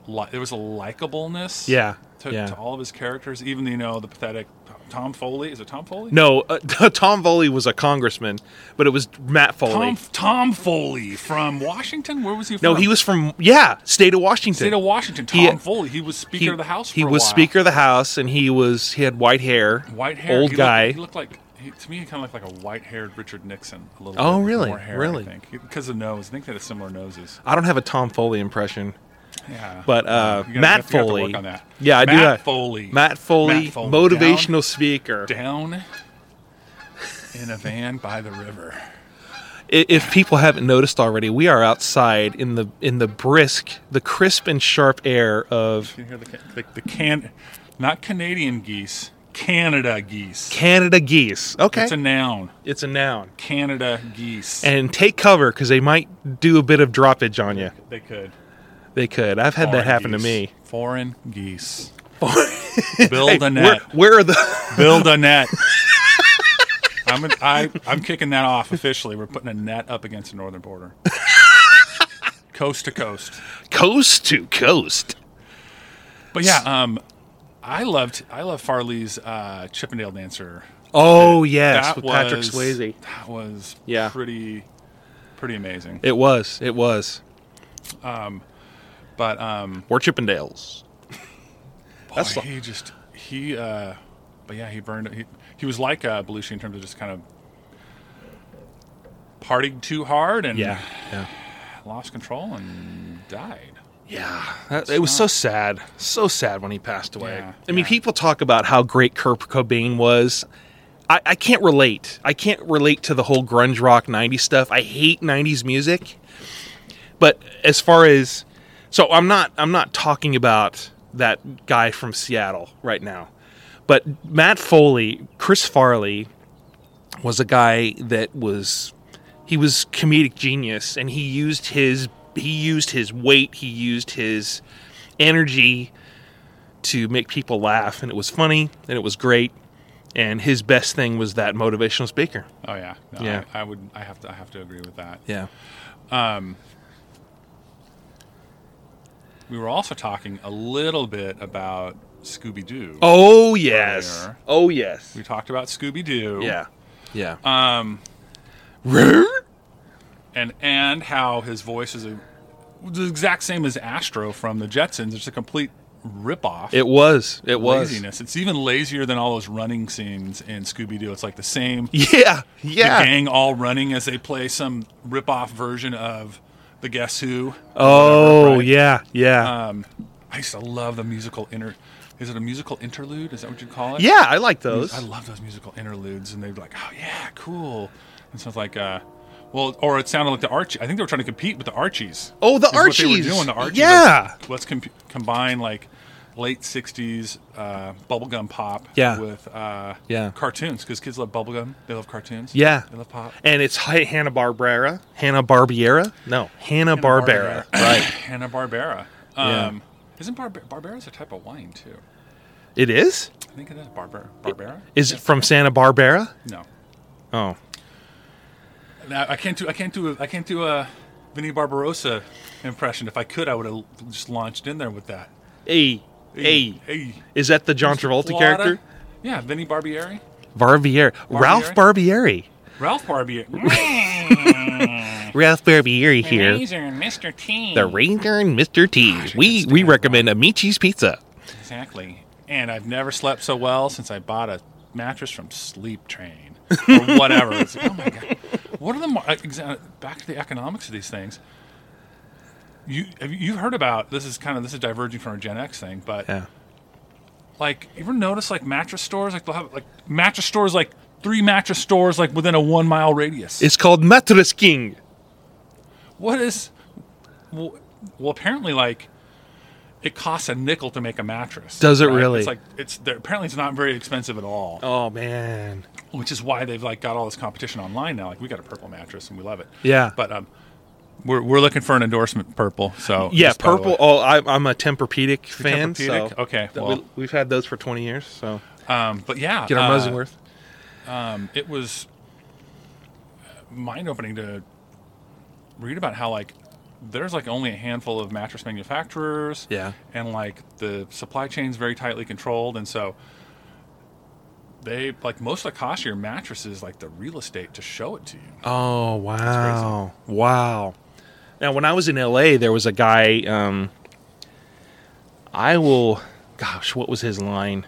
[SPEAKER 2] li- there was a likableness
[SPEAKER 1] Yeah,
[SPEAKER 2] to,
[SPEAKER 1] yeah.
[SPEAKER 2] to all of his characters, even you know the pathetic Tom Foley. Is it Tom Foley?
[SPEAKER 1] No, uh, [LAUGHS] Tom Foley was a congressman, but it was Matt Foley.
[SPEAKER 2] Tom Tom Foley from Washington. Where was he? from?
[SPEAKER 1] no, he was from yeah, state of Washington.
[SPEAKER 2] state of Washington. Tom
[SPEAKER 1] He-
[SPEAKER 2] Foley. He was Speaker of the House. For
[SPEAKER 1] he
[SPEAKER 2] a
[SPEAKER 1] was
[SPEAKER 2] while.
[SPEAKER 1] Speaker of the House, and he was he had white hair,
[SPEAKER 2] White hair.
[SPEAKER 1] old
[SPEAKER 2] he
[SPEAKER 1] guy.
[SPEAKER 2] Looked, he looked like he, to me. He kind of looked like a white-haired Richard Nixon. A little.
[SPEAKER 1] Oh,
[SPEAKER 2] bit, with
[SPEAKER 1] really?
[SPEAKER 2] More hair,
[SPEAKER 1] Really?
[SPEAKER 2] I think because of nose. I think they had similar noses.
[SPEAKER 1] I don't have a Tom Foley impression,
[SPEAKER 2] Yeah.
[SPEAKER 1] but uh,
[SPEAKER 2] You gotta- you
[SPEAKER 1] Matt
[SPEAKER 2] have to- you have to
[SPEAKER 1] Foley.
[SPEAKER 2] work on that.
[SPEAKER 1] Yeah, I do.
[SPEAKER 2] Matt
[SPEAKER 1] that.
[SPEAKER 2] Foley.
[SPEAKER 1] Matt Foley,
[SPEAKER 2] Matt Foley.
[SPEAKER 1] motivational
[SPEAKER 2] Down-
[SPEAKER 1] speaker.
[SPEAKER 2] down in a van by the river.
[SPEAKER 1] I- If people haven't noticed already, we are outside in the in the brisk, the crisp and sharp air of
[SPEAKER 2] You hear the, ca- the, the can, not Canadian geese, Canada geese.
[SPEAKER 1] Canada geese. Okay,
[SPEAKER 2] It's a noun.
[SPEAKER 1] it's a noun.
[SPEAKER 2] Canada geese.
[SPEAKER 1] And take cover because they might do a bit of droppage on you.
[SPEAKER 2] they could.
[SPEAKER 1] They could. I've had that
[SPEAKER 2] Foreign
[SPEAKER 1] happen to
[SPEAKER 2] geese.
[SPEAKER 1] me.
[SPEAKER 2] Foreign geese.
[SPEAKER 1] [LAUGHS]
[SPEAKER 2] Build a
[SPEAKER 1] Where,
[SPEAKER 2] net.
[SPEAKER 1] where are the? [LAUGHS]
[SPEAKER 2] Build a net. [LAUGHS] I'm, an, I, I'm kicking that off officially. We're putting a net up against the northern border.
[SPEAKER 1] [LAUGHS]
[SPEAKER 2] coast to coast.
[SPEAKER 1] coast to coast.
[SPEAKER 2] But yeah, um, I loved I love Farley's uh, Chippendale Dancer
[SPEAKER 1] Oh yes, with Patrick
[SPEAKER 2] was-
[SPEAKER 1] Swayze.
[SPEAKER 2] That was
[SPEAKER 1] Yeah.
[SPEAKER 2] pretty pretty amazing.
[SPEAKER 1] It was. It was.
[SPEAKER 2] But um
[SPEAKER 1] Or Chippendales. That's
[SPEAKER 2] boy,
[SPEAKER 1] the-
[SPEAKER 2] he just he uh but yeah, he burned he, he was like uh Belushi in terms of just kind of partied too hard and
[SPEAKER 1] Yeah. Yeah.
[SPEAKER 2] lost control and died.
[SPEAKER 1] Yeah. That- it was so sad. So sad when he passed away.
[SPEAKER 2] Yeah,
[SPEAKER 1] I mean,
[SPEAKER 2] yeah.
[SPEAKER 1] people talk about how great Kurt Cobain was. I, I can't relate. I can't relate to the whole grunge rock 90s stuff. I hate 90s music. But as far as so I'm not I'm not talking about that guy from Seattle right now. But Matt Foley, Chris Farley, was a guy that was he was comedic genius and he used his he used his weight he used his energy to make people laugh and it was funny and it was great and his best thing was that motivational speaker
[SPEAKER 2] Oh yeah. No,
[SPEAKER 1] Yeah.
[SPEAKER 2] I, I would I have to I have to agree with that.
[SPEAKER 1] yeah
[SPEAKER 2] We were also talking a little bit about Scooby Doo.
[SPEAKER 1] oh yes
[SPEAKER 2] Earlier.
[SPEAKER 1] oh yes
[SPEAKER 2] We talked about Scooby Doo.
[SPEAKER 1] yeah yeah
[SPEAKER 2] Um
[SPEAKER 1] Rrrr?
[SPEAKER 2] and and how his voice is a, the exact same as Astro from the Jetsons. It's a complete ripoff.
[SPEAKER 1] it was it was
[SPEAKER 2] laziness. It's even lazier than all those running scenes in Scooby Doo. It's like the same
[SPEAKER 1] yeah
[SPEAKER 2] the
[SPEAKER 1] yeah
[SPEAKER 2] gang all running as they play some ripoff version of the Guess Who.
[SPEAKER 1] oh
[SPEAKER 2] Right.
[SPEAKER 1] yeah yeah
[SPEAKER 2] Um, I used to love the musical inter. Is it a musical interlude? Is that what you call it?
[SPEAKER 1] yeah i like those
[SPEAKER 2] I love those musical interludes, and they'd be like, "Oh yeah, cool," and stuff like, uh, "Well," or it sounded like the Archie. I think they were trying to compete with the Archies.
[SPEAKER 1] Oh, the
[SPEAKER 2] is what they were
[SPEAKER 1] Archies.
[SPEAKER 2] doing the Archies.
[SPEAKER 1] Yeah.
[SPEAKER 2] Like, let's com- combine like late '60s uh, bubblegum pop
[SPEAKER 1] Yeah.
[SPEAKER 2] with uh,
[SPEAKER 1] Yeah.
[SPEAKER 2] cartoons because kids love bubblegum. They love cartoons.
[SPEAKER 1] Yeah.
[SPEAKER 2] they love pop.
[SPEAKER 1] and it's Hannah Barbera. Hannah Barbiera? No, Hannah Barbera.
[SPEAKER 2] [CLEARS THROAT]
[SPEAKER 1] Right.
[SPEAKER 2] Hanna Barbera.
[SPEAKER 1] Yeah.
[SPEAKER 2] Um, Isn't Barber- Barbera's a type of wine too?
[SPEAKER 1] It is.
[SPEAKER 2] I think it is Barbera. Barbera.
[SPEAKER 1] Is it from Santa Barbara?
[SPEAKER 2] No.
[SPEAKER 1] Oh,
[SPEAKER 2] Now, I can't do I can't do a, I can't do a Vinnie Barbarossa impression. If I could, I would have just launched in there with that.
[SPEAKER 1] hey, hey,
[SPEAKER 2] hey,
[SPEAKER 1] is that the John Travolta
[SPEAKER 2] Plata.
[SPEAKER 1] character?
[SPEAKER 2] Yeah, Vinnie Barbieri,
[SPEAKER 1] Barbieri. Ralph Barbieri.
[SPEAKER 2] Ralph Barbieri.
[SPEAKER 1] Ralph Barbieri [LAUGHS] here.
[SPEAKER 3] Razor and Mr. T.
[SPEAKER 1] The Ranger and Mr. T. We we recommend Amici's Pizza.
[SPEAKER 2] exactly. And I've never slept so well since I bought a mattress from Sleep
[SPEAKER 1] [LAUGHS]
[SPEAKER 2] Train or whatever. It's like, oh my god, what are the mar- exa- back to the economics of these things? You have you you've heard about this is kind of this is diverging from our Gen X thing, but
[SPEAKER 1] Yeah.
[SPEAKER 2] like you ever notice like mattress stores like they'll have like mattress stores like three mattress stores like within a one mile radius
[SPEAKER 1] It's called Mattress King.
[SPEAKER 2] what is well, well apparently like it costs a nickel to make a mattress
[SPEAKER 1] Does it really?
[SPEAKER 2] it's like it's they're- apparently it's not very expensive at all
[SPEAKER 1] Oh man.
[SPEAKER 2] which is why they've like got all this competition online now like we got a purple mattress and we love it
[SPEAKER 1] Yeah.
[SPEAKER 2] but um we're, we're looking for an endorsement purple so
[SPEAKER 1] Yeah,
[SPEAKER 2] just by the
[SPEAKER 1] purple.
[SPEAKER 2] way.
[SPEAKER 1] Oh, I, I'm a Tempur-Pedic fan.
[SPEAKER 2] Tempur-Pedic?
[SPEAKER 1] So
[SPEAKER 2] Okay,
[SPEAKER 1] That
[SPEAKER 2] well-
[SPEAKER 1] we, we've had those for 20 years. So
[SPEAKER 2] um but yeah
[SPEAKER 1] get our
[SPEAKER 2] uh,
[SPEAKER 1] money's worth.
[SPEAKER 2] it was mind opening to read about how like there's like only a handful of mattress manufacturers.
[SPEAKER 1] Yeah.
[SPEAKER 2] And like the supply chain's very tightly controlled. And so they, like most of the cost of your mattress is like the real estate to show it to you.
[SPEAKER 1] Oh wow, wow! Now, when I was in LA, there was a guy. Um, I will, gosh, what was his line?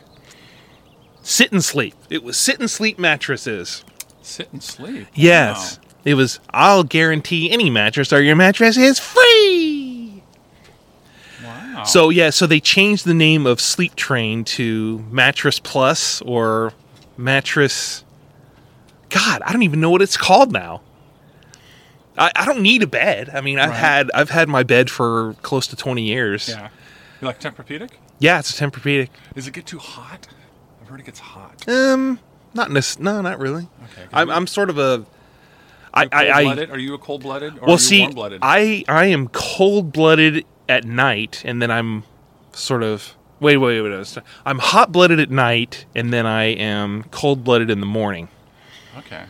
[SPEAKER 1] Sit and sleep. It was sit and sleep mattresses.
[SPEAKER 2] Sit and sleep.
[SPEAKER 1] Yes,
[SPEAKER 2] Wow.
[SPEAKER 1] it was. I'll guarantee any mattress or your mattress is free.
[SPEAKER 2] Wow.
[SPEAKER 1] So yeah, so they changed the name of Sleep Train to Mattress Plus or Mattress. God, I don't even know what it's called now. I, I don't need a bed. I mean, I've
[SPEAKER 2] Right.
[SPEAKER 1] had I've had my bed for close to twenty years.
[SPEAKER 2] yeah. You like Tempur-Pedic?
[SPEAKER 1] Yeah, it's a Tempur-Pedic.
[SPEAKER 2] Does it get too hot? I've heard it gets hot.
[SPEAKER 1] Um, not necess- no, not really.
[SPEAKER 2] Okay, 'cause
[SPEAKER 1] I'm,
[SPEAKER 2] you-
[SPEAKER 1] I'm sort of a. I, I, I
[SPEAKER 2] Cold-blooded? Are you a cold-blooded or
[SPEAKER 1] well
[SPEAKER 2] are you
[SPEAKER 1] see.
[SPEAKER 2] warm-blooded?
[SPEAKER 1] I I am cold blooded at night, and then I'm sort of wait wait wait. wait I'm hot blooded at night, and then I am cold blooded in the morning.
[SPEAKER 2] okay.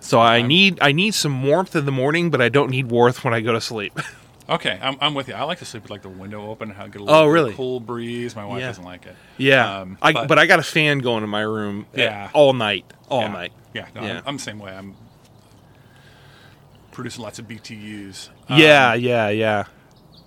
[SPEAKER 1] So I need I need some warmth in the morning, but I don't need warmth when I go to sleep. [LAUGHS]
[SPEAKER 2] Okay, I'm, I'm with you. I like to sleep with like the window open. I get a little
[SPEAKER 1] Oh,
[SPEAKER 2] bit of
[SPEAKER 1] really?
[SPEAKER 2] cool breeze. My wife
[SPEAKER 1] Yeah.
[SPEAKER 2] doesn't like it.
[SPEAKER 1] yeah,
[SPEAKER 2] Um,
[SPEAKER 1] I,
[SPEAKER 2] but-
[SPEAKER 1] but, I got a fan going in my room. uh,
[SPEAKER 2] Yeah.
[SPEAKER 1] all night, all
[SPEAKER 2] yeah.
[SPEAKER 1] night.
[SPEAKER 2] Yeah, no,
[SPEAKER 1] Yeah.
[SPEAKER 2] I'm, I'm the same way. I'm producing lots of BTUs. Um,
[SPEAKER 1] Yeah, yeah, yeah.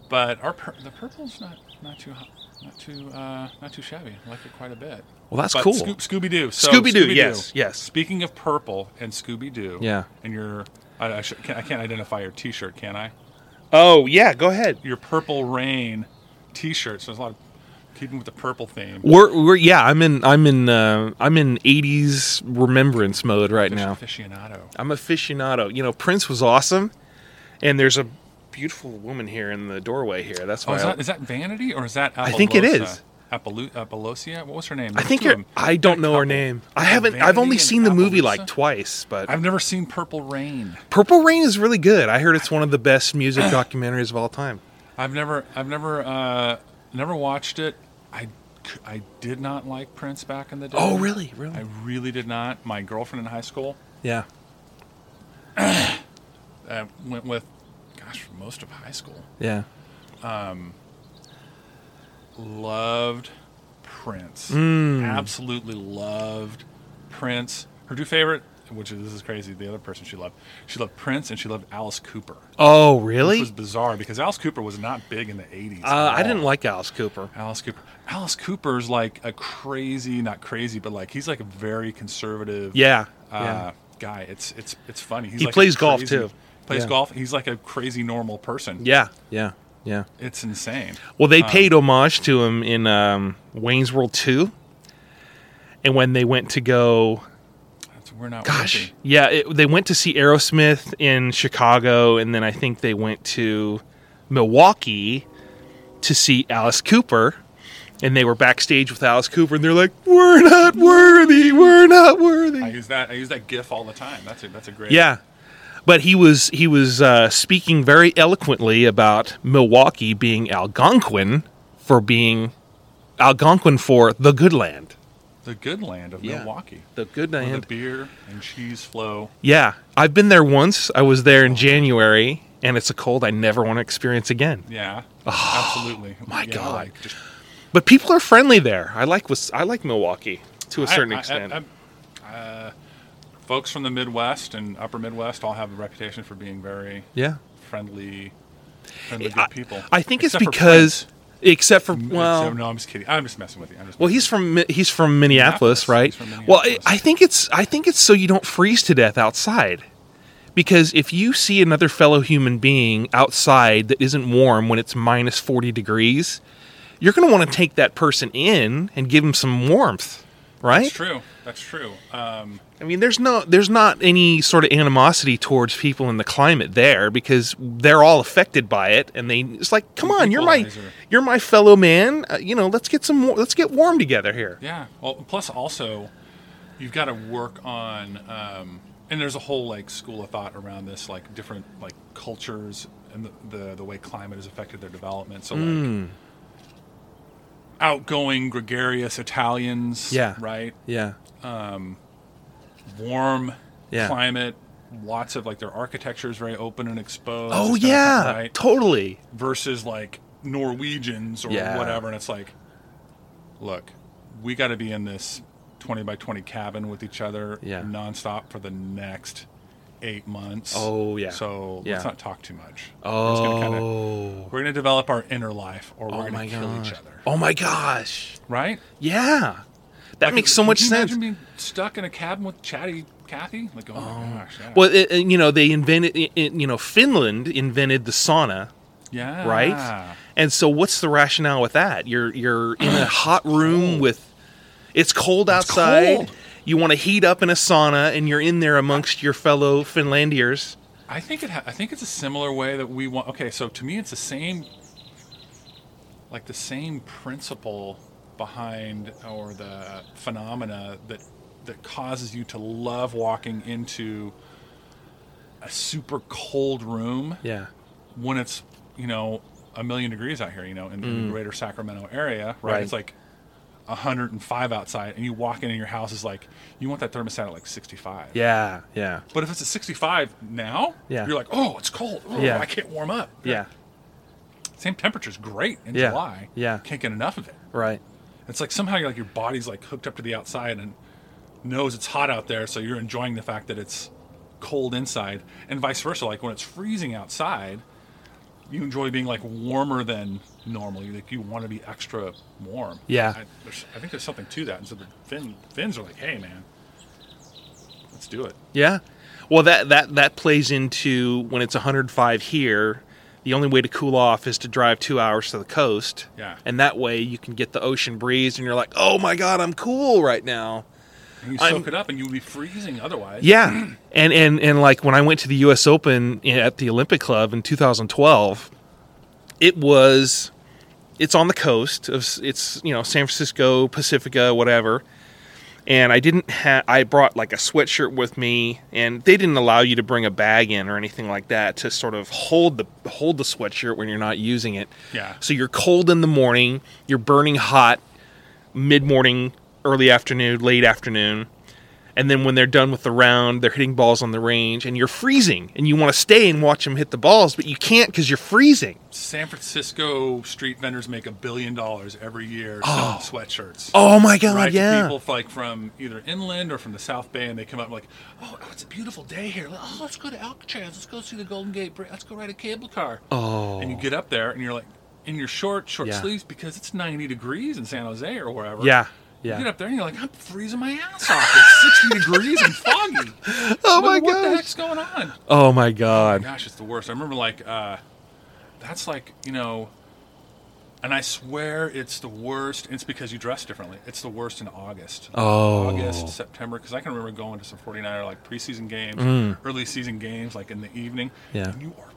[SPEAKER 2] but our pur- the purple's not not too hot, not too uh, not too shabby. I like it quite a bit.
[SPEAKER 1] Well, that's
[SPEAKER 2] But
[SPEAKER 1] cool.
[SPEAKER 2] Scoop, Scooby Doo. So,
[SPEAKER 1] Scooby-Doo, yes, yes.
[SPEAKER 2] Speaking of purple and Scooby Doo.
[SPEAKER 1] Yeah.
[SPEAKER 2] And your, I, I, should, can, I can't identify your T-shirt, can I?
[SPEAKER 1] Oh yeah, go ahead.
[SPEAKER 2] Your Purple Rain T-shirt. So there's a lot of keeping with the purple theme.
[SPEAKER 1] We're, we're yeah. I'm in I'm in uh, I'm in '80s remembrance mode right now.
[SPEAKER 2] Aficionado.
[SPEAKER 1] I'm aficionado. You know, Prince was awesome, and there's a beautiful woman here in the doorway here. That's
[SPEAKER 2] Oh,
[SPEAKER 1] why
[SPEAKER 2] is
[SPEAKER 1] I,
[SPEAKER 2] that, is that Vanity or is that Apollosa?
[SPEAKER 1] I think it is.
[SPEAKER 2] Apollo- Apollosia? What was her name?
[SPEAKER 1] I think
[SPEAKER 2] Two of
[SPEAKER 1] you're,
[SPEAKER 2] them.
[SPEAKER 1] I don't know her name. I haven't. I've
[SPEAKER 2] Vanity
[SPEAKER 1] only
[SPEAKER 2] and
[SPEAKER 1] seen the movie
[SPEAKER 2] Appaloosa?
[SPEAKER 1] like twice, but
[SPEAKER 2] I've never seen Purple Rain.
[SPEAKER 1] Purple Rain is really good. I heard it's one of the best
[SPEAKER 2] [CLEARS THROAT]
[SPEAKER 1] music documentaries of all time.
[SPEAKER 2] I've never, I've never, uh, never watched it. I, c- I did not like Prince back in the day.
[SPEAKER 1] Oh, really? Really?
[SPEAKER 2] I really did not. My girlfriend in high school
[SPEAKER 1] yeah.
[SPEAKER 2] uh, went with, gosh, most of high school
[SPEAKER 1] Yeah.
[SPEAKER 2] loved Prince.
[SPEAKER 1] Hmm.
[SPEAKER 2] Absolutely loved Prince. Her two favorite, which is this is crazy. The other person she loved, she loved Prince and she loved Alice Cooper.
[SPEAKER 1] Oh,
[SPEAKER 2] Which
[SPEAKER 1] really?
[SPEAKER 2] was bizarre because Alice Cooper was not big in the 80s.
[SPEAKER 1] uh,
[SPEAKER 2] at
[SPEAKER 1] I didn't
[SPEAKER 2] all.
[SPEAKER 1] like Alice Cooper.
[SPEAKER 2] Alice Cooper. Alice Cooper's like a crazy, not crazy, but like he's like a very conservative
[SPEAKER 1] Yeah.
[SPEAKER 2] uh,
[SPEAKER 1] yeah.
[SPEAKER 2] guy. It's it's it's funny. He's
[SPEAKER 1] He
[SPEAKER 2] like a
[SPEAKER 1] plays golf, too.
[SPEAKER 2] Plays
[SPEAKER 1] Yeah.
[SPEAKER 2] golf. He's like a crazy normal person.
[SPEAKER 1] Yeah. Yeah. Yeah.
[SPEAKER 2] It's insane.
[SPEAKER 1] Well,
[SPEAKER 2] uh,
[SPEAKER 1] they paid homage to him in um, Wayne's World 2. And when they went to go,
[SPEAKER 2] That's, we're not
[SPEAKER 1] gosh,
[SPEAKER 2] worthy.
[SPEAKER 1] yeah, it, they went to see Aerosmith in Chicago, and then I think they went to Milwaukee to see Alice Cooper. And they were backstage with Alice Cooper, and they're like, "We're not worthy. We're not worthy."
[SPEAKER 2] I use that I use that gif all the time. That's a that's a great
[SPEAKER 1] Yeah, but he was he was uh, speaking very eloquently about Milwaukee being Algonquin for being Algonquin for the good land.
[SPEAKER 2] the good land of
[SPEAKER 1] Yeah.
[SPEAKER 2] Milwaukee.
[SPEAKER 1] The good
[SPEAKER 2] Where
[SPEAKER 1] land.
[SPEAKER 2] the beer and cheese flow.
[SPEAKER 1] yeah, I've been there once. I was there in January, and it's a cold I never want to experience again.
[SPEAKER 2] Yeah. absolutely.
[SPEAKER 1] Ah, my
[SPEAKER 2] Yeah,
[SPEAKER 1] God.
[SPEAKER 2] Like just
[SPEAKER 1] But people are friendly there. I like Wis- I like Milwaukee to a
[SPEAKER 2] I-
[SPEAKER 1] certain
[SPEAKER 2] I- I-
[SPEAKER 1] extent.
[SPEAKER 2] I'm- uh, folks from the Midwest and Upper Midwest all have a reputation for being very
[SPEAKER 1] yeah,
[SPEAKER 2] friendly, friendly good
[SPEAKER 1] I,
[SPEAKER 2] people.
[SPEAKER 1] I think it's
[SPEAKER 2] Except for
[SPEAKER 1] because, except for
[SPEAKER 2] Prince.
[SPEAKER 1] well,
[SPEAKER 2] Except- no, I'm just kidding. I'm just messing with you. I'm just
[SPEAKER 1] Well,
[SPEAKER 2] messing
[SPEAKER 1] he's
[SPEAKER 2] with
[SPEAKER 1] from Mi- he's from Minneapolis,
[SPEAKER 2] Minneapolis.
[SPEAKER 1] right?
[SPEAKER 2] He's from
[SPEAKER 1] Well, I,
[SPEAKER 2] Minneapolis.
[SPEAKER 1] I think it's I think it's so you don't freeze to death outside, because if you see another fellow human being outside that isn't warm when it's minus forty degrees, you're going to want to take that person in and give him some warmth,
[SPEAKER 2] you.
[SPEAKER 1] right?
[SPEAKER 2] That's true. That's true. Um,
[SPEAKER 1] I mean, there's no there's not any sort of animosity towards people in the climate there because they're all affected by it, and they it's like, come on, you're my
[SPEAKER 2] Equalizer.
[SPEAKER 1] you're my fellow man. Uh, you know, let's get some more, let's get warm together here.
[SPEAKER 2] yeah. Well, plus also, you've got to work on, um, and there's a whole like school of thought around this, like different like cultures and the the, the way climate has affected their development. So like.
[SPEAKER 1] Hmm.
[SPEAKER 2] Outgoing, gregarious Italians,
[SPEAKER 1] Yeah.
[SPEAKER 2] right?
[SPEAKER 1] Yeah.
[SPEAKER 2] warm
[SPEAKER 1] Yeah.
[SPEAKER 2] climate, lots of like their architecture is very open and exposed.
[SPEAKER 1] Oh
[SPEAKER 2] It's kinda
[SPEAKER 1] yeah,
[SPEAKER 2] right?
[SPEAKER 1] totally.
[SPEAKER 2] versus like Norwegians or
[SPEAKER 1] Yeah.
[SPEAKER 2] whatever. And it's like, look, we got to be in this 20 by 20 cabin with each other
[SPEAKER 1] Yeah.
[SPEAKER 2] nonstop for the next eight months.
[SPEAKER 1] Oh, yeah.
[SPEAKER 2] So
[SPEAKER 1] Yeah.
[SPEAKER 2] let's not talk too much. We're just gonna kinda-
[SPEAKER 1] Oh,
[SPEAKER 2] we're going to develop our inner life or we're
[SPEAKER 1] oh my
[SPEAKER 2] going to kill
[SPEAKER 1] gosh!
[SPEAKER 2] each other.
[SPEAKER 1] Oh my gosh!
[SPEAKER 2] Right?
[SPEAKER 1] Yeah, that
[SPEAKER 2] Like,
[SPEAKER 1] makes so
[SPEAKER 2] could
[SPEAKER 1] much
[SPEAKER 2] you
[SPEAKER 1] sense.
[SPEAKER 2] Imagine being stuck in a cabin with chatty Kathy. Like, oh, my gosh. Yeah.
[SPEAKER 1] Well, it, it- you know, they invented, it, it- you know, Finland invented the sauna,
[SPEAKER 2] yeah.
[SPEAKER 1] right?
[SPEAKER 2] Ah.
[SPEAKER 1] And so, what's the rationale with that? You're you're in a hot room with, it's cold outside.
[SPEAKER 2] cold.
[SPEAKER 1] You want to heat up in a sauna, and you're in there amongst your fellow Finlandiers.
[SPEAKER 2] I think it. Ha- I think it's a similar way that we want. Okay, so to me, it's the same, like the same principle behind or the phenomena that that causes you to love walking into a super cold room
[SPEAKER 1] Yeah,
[SPEAKER 2] when it's you know a million degrees out here. You know, in, the greater Sacramento area, right?
[SPEAKER 1] Mm. Right.
[SPEAKER 2] It's like 105 outside, and you walk in and your house is like you want that thermostat at like 65.
[SPEAKER 1] yeah, yeah,
[SPEAKER 2] But if it's at 65 now,
[SPEAKER 1] Yeah.
[SPEAKER 2] you're like, oh, it's cold. Oh,
[SPEAKER 1] Yeah.
[SPEAKER 2] I can't warm up.
[SPEAKER 1] yeah.
[SPEAKER 2] Same temperature's great in
[SPEAKER 1] Yeah.
[SPEAKER 2] July.
[SPEAKER 1] Yeah.
[SPEAKER 2] Can't get enough of it.
[SPEAKER 1] Right.
[SPEAKER 2] It's like somehow you're like your body's like hooked up to the outside and knows it's hot out there, so you're enjoying the fact that it's cold inside, and vice versa. Like when it's freezing outside, you enjoy being like warmer than normal. You like you want to be extra warm.
[SPEAKER 1] Yeah.
[SPEAKER 2] I, there's, I think there's something to that. And so the Fin, Finns are like, hey man, let's do it.
[SPEAKER 1] Yeah. Well, that that that plays into when it's 105 here. The only way to cool off is to drive two hours to the coast.
[SPEAKER 2] Yeah.
[SPEAKER 1] And that way you can get the ocean breeze, and you're like, oh my god, I'm cool right now.
[SPEAKER 2] And you soak
[SPEAKER 1] I'm-
[SPEAKER 2] it up, and you'll be freezing otherwise.
[SPEAKER 1] Yeah. [CLEARS THROAT] And and and like when I went to the U.S. Open i- at the Olympic Club in 2012, it was, it's on the coast of s- it's you know San Francisco, Pacifica, whatever. And I didn't have. I brought like a sweatshirt with me, and they didn't allow you to bring a bag in or anything like that to sort of hold the hold the sweatshirt when you're not using it.
[SPEAKER 2] Yeah.
[SPEAKER 1] So you're cold in the morning, you're burning hot mid morning, early afternoon, late afternoon. And then when they're done with the round, they're hitting balls on the range and you're freezing and you want to stay and watch them hit the balls, but you can't because you're freezing.
[SPEAKER 2] San Francisco street vendors make a billion dollars every year selling sweatshirts.
[SPEAKER 1] Oh my God,
[SPEAKER 2] right?
[SPEAKER 1] yeah.
[SPEAKER 2] People like from either inland or from the South Bay, and they come up like, "Oh, oh, it's a beautiful day here. Oh, let's go to Alcatraz. Let's go see the Golden Gate. Bridge. Let's go ride a cable car."
[SPEAKER 1] Oh.
[SPEAKER 2] And you get up there, and you're like, in your short, short
[SPEAKER 1] Yeah.
[SPEAKER 2] sleeves because it's 90 degrees in San Jose or wherever.
[SPEAKER 1] Yeah.
[SPEAKER 2] You
[SPEAKER 1] Yeah.
[SPEAKER 2] get up there and you're like, I'm freezing my ass off. It's 60 degrees and foggy.
[SPEAKER 1] [LAUGHS] Oh
[SPEAKER 2] What-
[SPEAKER 1] my
[SPEAKER 2] What the
[SPEAKER 1] gosh.
[SPEAKER 2] heck's going on?
[SPEAKER 1] Oh my God.
[SPEAKER 2] gosh, it's the worst. I remember like uh, that's like you know, and I swear it's the worst. It's because you dress differently. It's the worst in August.
[SPEAKER 1] Oh.
[SPEAKER 2] August, September, because I can remember going to some 49er like preseason games, early season games, like in the evening.
[SPEAKER 1] Mm. Yeah. Oh.
[SPEAKER 2] And you are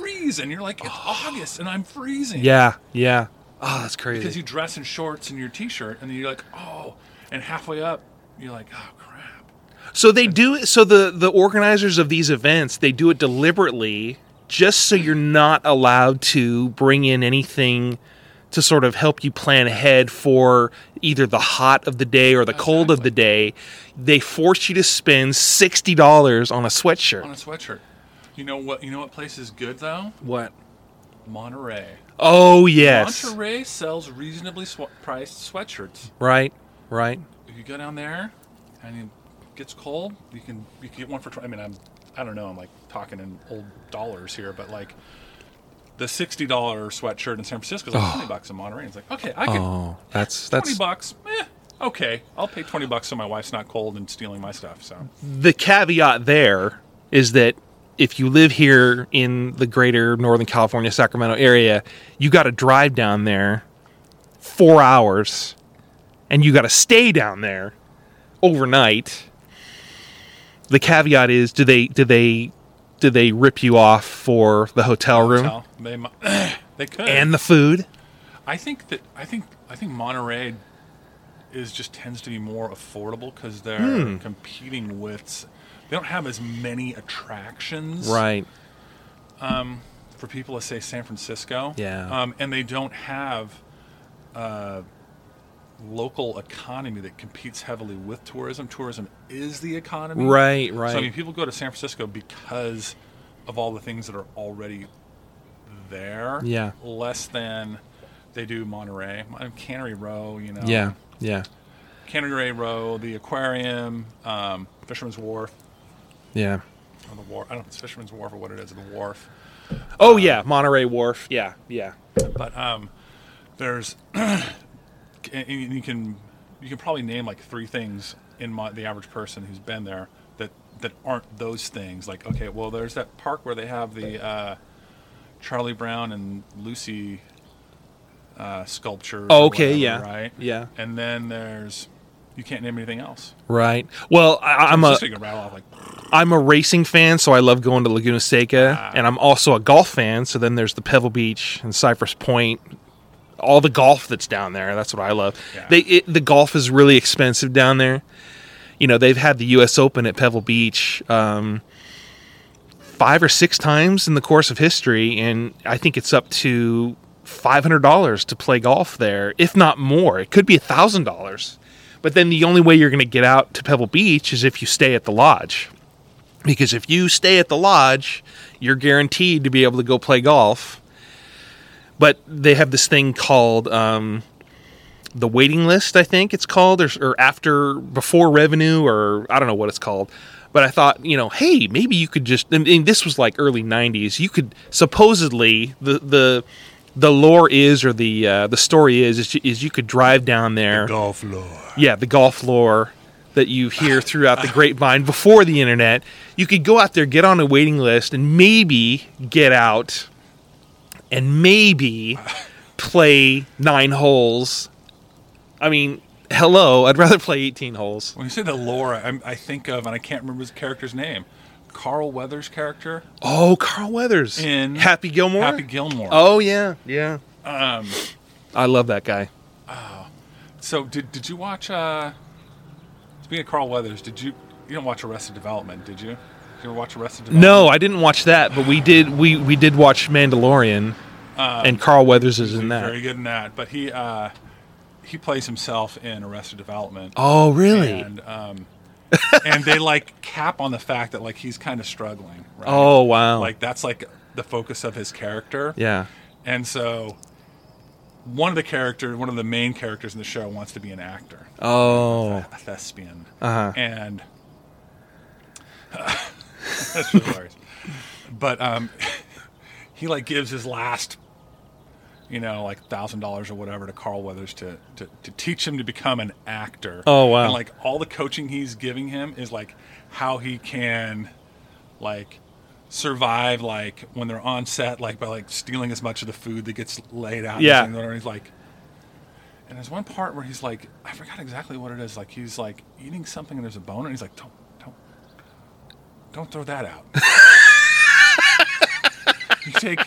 [SPEAKER 2] freezing. You're like, it's August and I'm freezing.
[SPEAKER 1] Yeah. Yeah. Oh, that's
[SPEAKER 2] Because
[SPEAKER 1] crazy.
[SPEAKER 2] you dress in shorts and your t shirt, and then you're like, oh, and halfway up, you're like, oh, crap.
[SPEAKER 1] So they do it. So the, the organizers of these events, they do it deliberately just so you're not allowed to bring in anything to sort of help you plan ahead for either the hot of the day or the cold of the day. They force you to spend $60 on a sweatshirt.
[SPEAKER 2] On a sweatshirt. You know what? You know what place is good though?
[SPEAKER 1] What?
[SPEAKER 2] Monterey.
[SPEAKER 1] Oh yes,
[SPEAKER 2] Monterey sells reasonably sw- priced sweatshirts.
[SPEAKER 1] right, right.
[SPEAKER 2] If you go down there and it gets cold, you can you can get one for. tw- I mean, I'm I don't know. I'm like talking in old dollars here, but like the sixty dollar sweatshirt in San Francisco is like twenty bucks in Monterey. It's like okay, I can
[SPEAKER 1] Oh, that's
[SPEAKER 2] twenty
[SPEAKER 1] that's
[SPEAKER 2] bucks. Eh, okay, I'll pay twenty bucks so my wife's not cold and stealing my stuff. So
[SPEAKER 1] the caveat. There is that if you live here in the greater Northern California Sacramento area, you got to drive down there four hours, and you got to stay down there overnight. The caveat is: do they do they do they rip you off for the hotel room
[SPEAKER 2] tell they mi- [CLEARS THROAT] they could.
[SPEAKER 1] and the food?
[SPEAKER 2] I think that I think I think Monterey is just tends to be more affordable because they're competing with. They don't have as many attractions
[SPEAKER 1] Right.
[SPEAKER 2] for people to say San Francisco.
[SPEAKER 1] Yeah.
[SPEAKER 2] um, and they don't have uh, local economy that competes heavily with tourism. Tourism is the economy.
[SPEAKER 1] Right, right.
[SPEAKER 2] So I mean, people go to San Francisco because of all the things that are already there.
[SPEAKER 1] Yeah.
[SPEAKER 2] Less than they do Monterey, Mon- Cannery Row. You know.
[SPEAKER 1] yeah, yeah,
[SPEAKER 2] Cannery Row, the aquarium, um, Fisherman's Wharf,
[SPEAKER 1] yeah.
[SPEAKER 2] or the wharf. I don't know if it's Fisherman's Wharf or what it is, the wharf.
[SPEAKER 1] Oh yeah, Monterey Wharf. Yeah, yeah,
[SPEAKER 2] But um, there's, [CLEARS THROAT] and you can you can probably name like three things in my, the average person who's been there that that aren't those things. Like okay, well there's that park where they have the uh, Charlie Brown and Lucy uh, sculpture.
[SPEAKER 1] Oh, okay, yeah,
[SPEAKER 2] right,
[SPEAKER 1] yeah.
[SPEAKER 2] And then there's you can't name anything else.
[SPEAKER 1] right. Well, I, I'm a
[SPEAKER 2] Just so you can rattle off like
[SPEAKER 1] I'm a racing fan, so I love going to Laguna Seca, and I'm also a golf fan. So then there's the Pebble Beach and Cypress Point, all the golf that's down there. That's what I love.
[SPEAKER 2] Yeah.
[SPEAKER 1] They it, the golf is really expensive down there. You know, they've had the U.S. Open at Pebble Beach um, five or six times in the course of history, and I think it's up to five hundred dollars to play golf there, if not more. It could be a thousand dollars. But then the only way you're going to get out to Pebble Beach is if you stay at the lodge because if you stay at the lodge, you're guaranteed to be able to go play golf. But they have this thing called um, the waiting list, I think it's called, or, or after before revenue, or I don't know what it's called. But I thought, you know, hey, maybe you could just. And, and this was like early '90s. You could supposedly the the the lore is, or the uh, the story is, is, is you could drive down there
[SPEAKER 2] golf lore.
[SPEAKER 1] yeah, the golf lore that you hear throughout the grapevine before the internet. You could go out there, get on a waiting list, and maybe get out and maybe play nine holes. I mean, hello, I'd rather play 18 holes.
[SPEAKER 2] When you say the lore, I, I think of, and I can't remember his character's name, Carl Weathers' character
[SPEAKER 1] Oh, Carl Weathers.
[SPEAKER 2] in
[SPEAKER 1] Happy Gilmore?
[SPEAKER 2] Happy Um, Gilmore.
[SPEAKER 1] oh, yeah, yeah. I love that guy.
[SPEAKER 2] So did did you watch? Uh, speaking of Carl Weathers, did you you don't watch Arrested Development? Did you? Did you ever watch Arrested Development?
[SPEAKER 1] No, I didn't watch that, but we did we we did watch Mandalorian
[SPEAKER 2] Um,
[SPEAKER 1] and Carl Weathers is in that.
[SPEAKER 2] Very good in that, but he uh, he plays himself in Arrested Development.
[SPEAKER 1] Oh, really?
[SPEAKER 2] And um, and they like cap on the fact that like he's kind of struggling. Right?
[SPEAKER 1] Oh, wow.
[SPEAKER 2] like that's like the focus of his character.
[SPEAKER 1] yeah.
[SPEAKER 2] And so one of the characters, one of the main characters in the show wants to be an actor,
[SPEAKER 1] Oh,
[SPEAKER 2] a thespian.
[SPEAKER 1] Uh-huh.
[SPEAKER 2] And [LAUGHS] that's hilarious. But um, [LAUGHS] he like gives his last, you know, like thousand dollars or whatever to Carl Weathers to, to to teach him to become an actor.
[SPEAKER 1] Oh, wow.
[SPEAKER 2] And like all the coaching he's giving him is like how he can, like, survive like when they're on set like by like stealing as much of the food that gets laid out. and
[SPEAKER 1] Yeah.
[SPEAKER 2] things, And he's like. And there's one part where he's like, I forgot exactly what it is. Like he's like eating something and there's a bone, and he's like, don't, don't, don't throw that out. [LAUGHS] you take,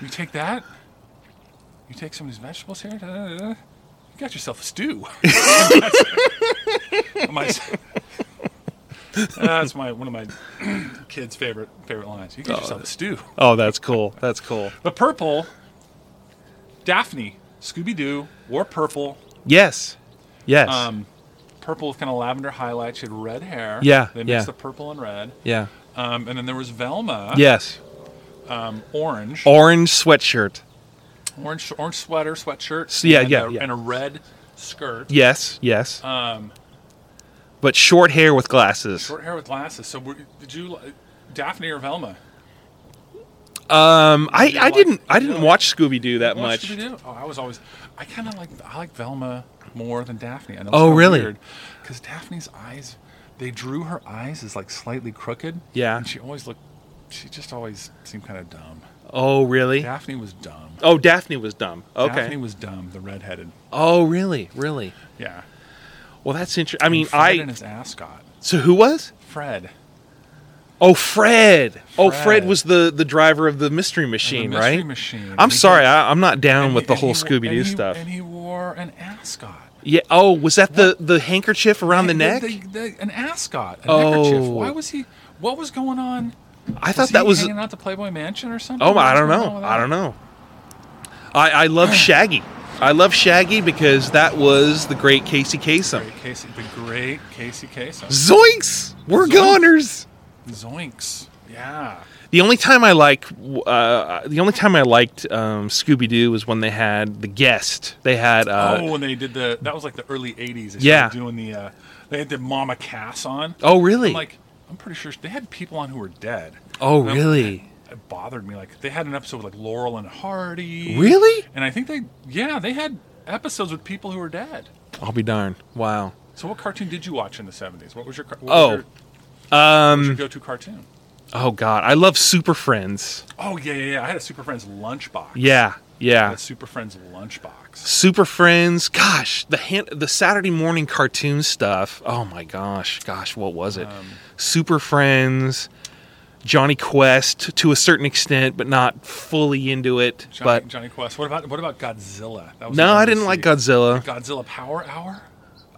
[SPEAKER 2] you take that. You take some of these vegetables here. da, da, da, da, You got yourself a stew. [LAUGHS] I'm like- that's my one of my kids' favorite favorite lines. You got yourself a stew.
[SPEAKER 1] oh, that's cool. That's cool.
[SPEAKER 2] But purple, Daphne, Scooby Doo wore purple.
[SPEAKER 1] Yes, yes,
[SPEAKER 2] Um, purple with kind of lavender highlights. She had red hair.
[SPEAKER 1] Yeah,
[SPEAKER 2] They
[SPEAKER 1] yeah.
[SPEAKER 2] mixed the purple and red.
[SPEAKER 1] yeah,
[SPEAKER 2] Um, and then there was Velma.
[SPEAKER 1] yes.
[SPEAKER 2] Um, orange,
[SPEAKER 1] Orange sweatshirt.
[SPEAKER 2] orange, orange sweater,
[SPEAKER 1] Oh.
[SPEAKER 2] sweatshirt.
[SPEAKER 1] S- yeah,
[SPEAKER 2] and
[SPEAKER 1] yeah,
[SPEAKER 2] a,
[SPEAKER 1] yeah.
[SPEAKER 2] And a red skirt.
[SPEAKER 1] Yes, yes.
[SPEAKER 2] Um,
[SPEAKER 1] but short hair with glasses.
[SPEAKER 2] short hair with glasses. So were, did you, li- Daphne or Velma?
[SPEAKER 1] um, I,
[SPEAKER 2] you
[SPEAKER 1] I
[SPEAKER 2] like-
[SPEAKER 1] didn't I
[SPEAKER 2] you
[SPEAKER 1] didn't
[SPEAKER 2] like-
[SPEAKER 1] watch Scooby Doo that
[SPEAKER 2] What
[SPEAKER 1] much.
[SPEAKER 2] should we do? Oh, I was always. I kind of like. I like Velma more than Daphne. I know
[SPEAKER 1] Oh, really?
[SPEAKER 2] Because Daphne's eyes, they drew her eyes as like slightly crooked.
[SPEAKER 1] Yeah.
[SPEAKER 2] And she always looked. She just always seemed kind of dumb.
[SPEAKER 1] Oh, really?
[SPEAKER 2] Daphne was dumb.
[SPEAKER 1] Oh, Daphne was dumb. Okay.
[SPEAKER 2] Daphne was dumb. The redheaded.
[SPEAKER 1] oh, really? Really?
[SPEAKER 2] Yeah.
[SPEAKER 1] Well, that's interesting. I mean,
[SPEAKER 2] Fred and
[SPEAKER 1] I.
[SPEAKER 2] his ascot.
[SPEAKER 1] So who was?
[SPEAKER 2] Fred.
[SPEAKER 1] Oh, Fred. Oh, Fred
[SPEAKER 2] Fred.
[SPEAKER 1] was the the driver of the mystery machine,
[SPEAKER 2] the mystery
[SPEAKER 1] right?
[SPEAKER 2] machine.
[SPEAKER 1] I'm
[SPEAKER 2] He-
[SPEAKER 1] sorry, I, I'm not down
[SPEAKER 2] and
[SPEAKER 1] with
[SPEAKER 2] he-
[SPEAKER 1] the
[SPEAKER 2] and
[SPEAKER 1] whole
[SPEAKER 2] he-
[SPEAKER 1] Scooby Doo
[SPEAKER 2] and he-
[SPEAKER 1] stuff.
[SPEAKER 2] And he wore an ascot.
[SPEAKER 1] yeah. Oh, was that the the handkerchief around the neck?
[SPEAKER 2] the- the- an ascot. A
[SPEAKER 1] Oh.
[SPEAKER 2] neckerchief. Why was he? What was going on?
[SPEAKER 1] I
[SPEAKER 2] Was
[SPEAKER 1] thought that
[SPEAKER 2] he
[SPEAKER 1] was
[SPEAKER 2] hanging out at the Playboy Mansion or something.
[SPEAKER 1] Oh, I
[SPEAKER 2] What's
[SPEAKER 1] don't
[SPEAKER 2] going on
[SPEAKER 1] know.
[SPEAKER 2] with
[SPEAKER 1] I
[SPEAKER 2] that? [SIGHS]
[SPEAKER 1] don't know. I, I love Shaggy.
[SPEAKER 3] I love Shaggy because that was the great Casey Kasem.
[SPEAKER 2] Great Casey, the great Casey Kasem.
[SPEAKER 3] Zoinks! We're
[SPEAKER 2] Zoinks.
[SPEAKER 3] goners.
[SPEAKER 2] Zoinks. Yeah.
[SPEAKER 1] The only time I like, uh, the only time I liked um, Scooby Doo was when they had the guest. They had uh,
[SPEAKER 2] oh, when they did the that was like the early '80s. They
[SPEAKER 1] Yeah.
[SPEAKER 2] started doing the uh, they had the Mama Cass on.
[SPEAKER 1] Oh, really?
[SPEAKER 2] I'm like I'm pretty sure they had people on who were dead.
[SPEAKER 1] oh,
[SPEAKER 2] And I'm-
[SPEAKER 1] really?
[SPEAKER 2] It bothered me. Like they had an episode with like Laurel and Hardy.
[SPEAKER 1] Really?
[SPEAKER 2] And I think they yeah they had episodes with people who were dead.
[SPEAKER 1] I'll be darned. Wow.
[SPEAKER 2] So what cartoon did you watch in the '70s? What was your car- what
[SPEAKER 1] Oh,
[SPEAKER 2] was your, um your go-to cartoon?
[SPEAKER 1] Oh God, I love Super Friends.
[SPEAKER 2] Oh yeah yeah yeah. I had a Super Friends lunchbox.
[SPEAKER 1] Yeah,
[SPEAKER 2] A
[SPEAKER 1] yeah.
[SPEAKER 2] Super Friends lunchbox.
[SPEAKER 1] Super Friends. Gosh, the han- the Saturday morning cartoon stuff. Oh my gosh, gosh, what was it?
[SPEAKER 2] Um,
[SPEAKER 1] Super Friends, Johnny Quest to a certain extent, but not fully into it.
[SPEAKER 2] Johnny,
[SPEAKER 1] but
[SPEAKER 2] Johnny Quest. What about what about Godzilla? That was
[SPEAKER 1] no,
[SPEAKER 2] on
[SPEAKER 1] I didn't like
[SPEAKER 2] NBC.
[SPEAKER 1] Godzilla.
[SPEAKER 2] Godzilla Power Hour.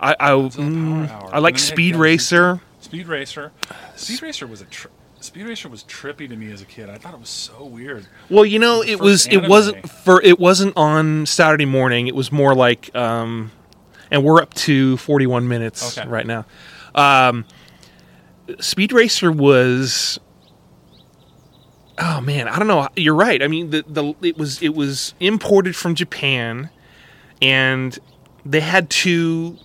[SPEAKER 1] I I,
[SPEAKER 2] Power
[SPEAKER 1] mm,
[SPEAKER 2] Hour.
[SPEAKER 1] I like
[SPEAKER 2] And then they had
[SPEAKER 1] Speed
[SPEAKER 2] Godzilla.
[SPEAKER 1] Racer.
[SPEAKER 2] Speed Racer. Speed Racer was a tri- Speed Racer was trippy to me as a kid. I thought it was so weird.
[SPEAKER 1] Well, you know, it
[SPEAKER 2] First
[SPEAKER 1] was it
[SPEAKER 2] anime.
[SPEAKER 1] wasn't for it wasn't on Saturday morning. It was more like, um, and we're up to forty one minutes
[SPEAKER 2] Okay.
[SPEAKER 1] right now. Um, Speed Racer was. Oh man, I don't know. You're right. I mean, the, the it was it was imported from Japan, and they had to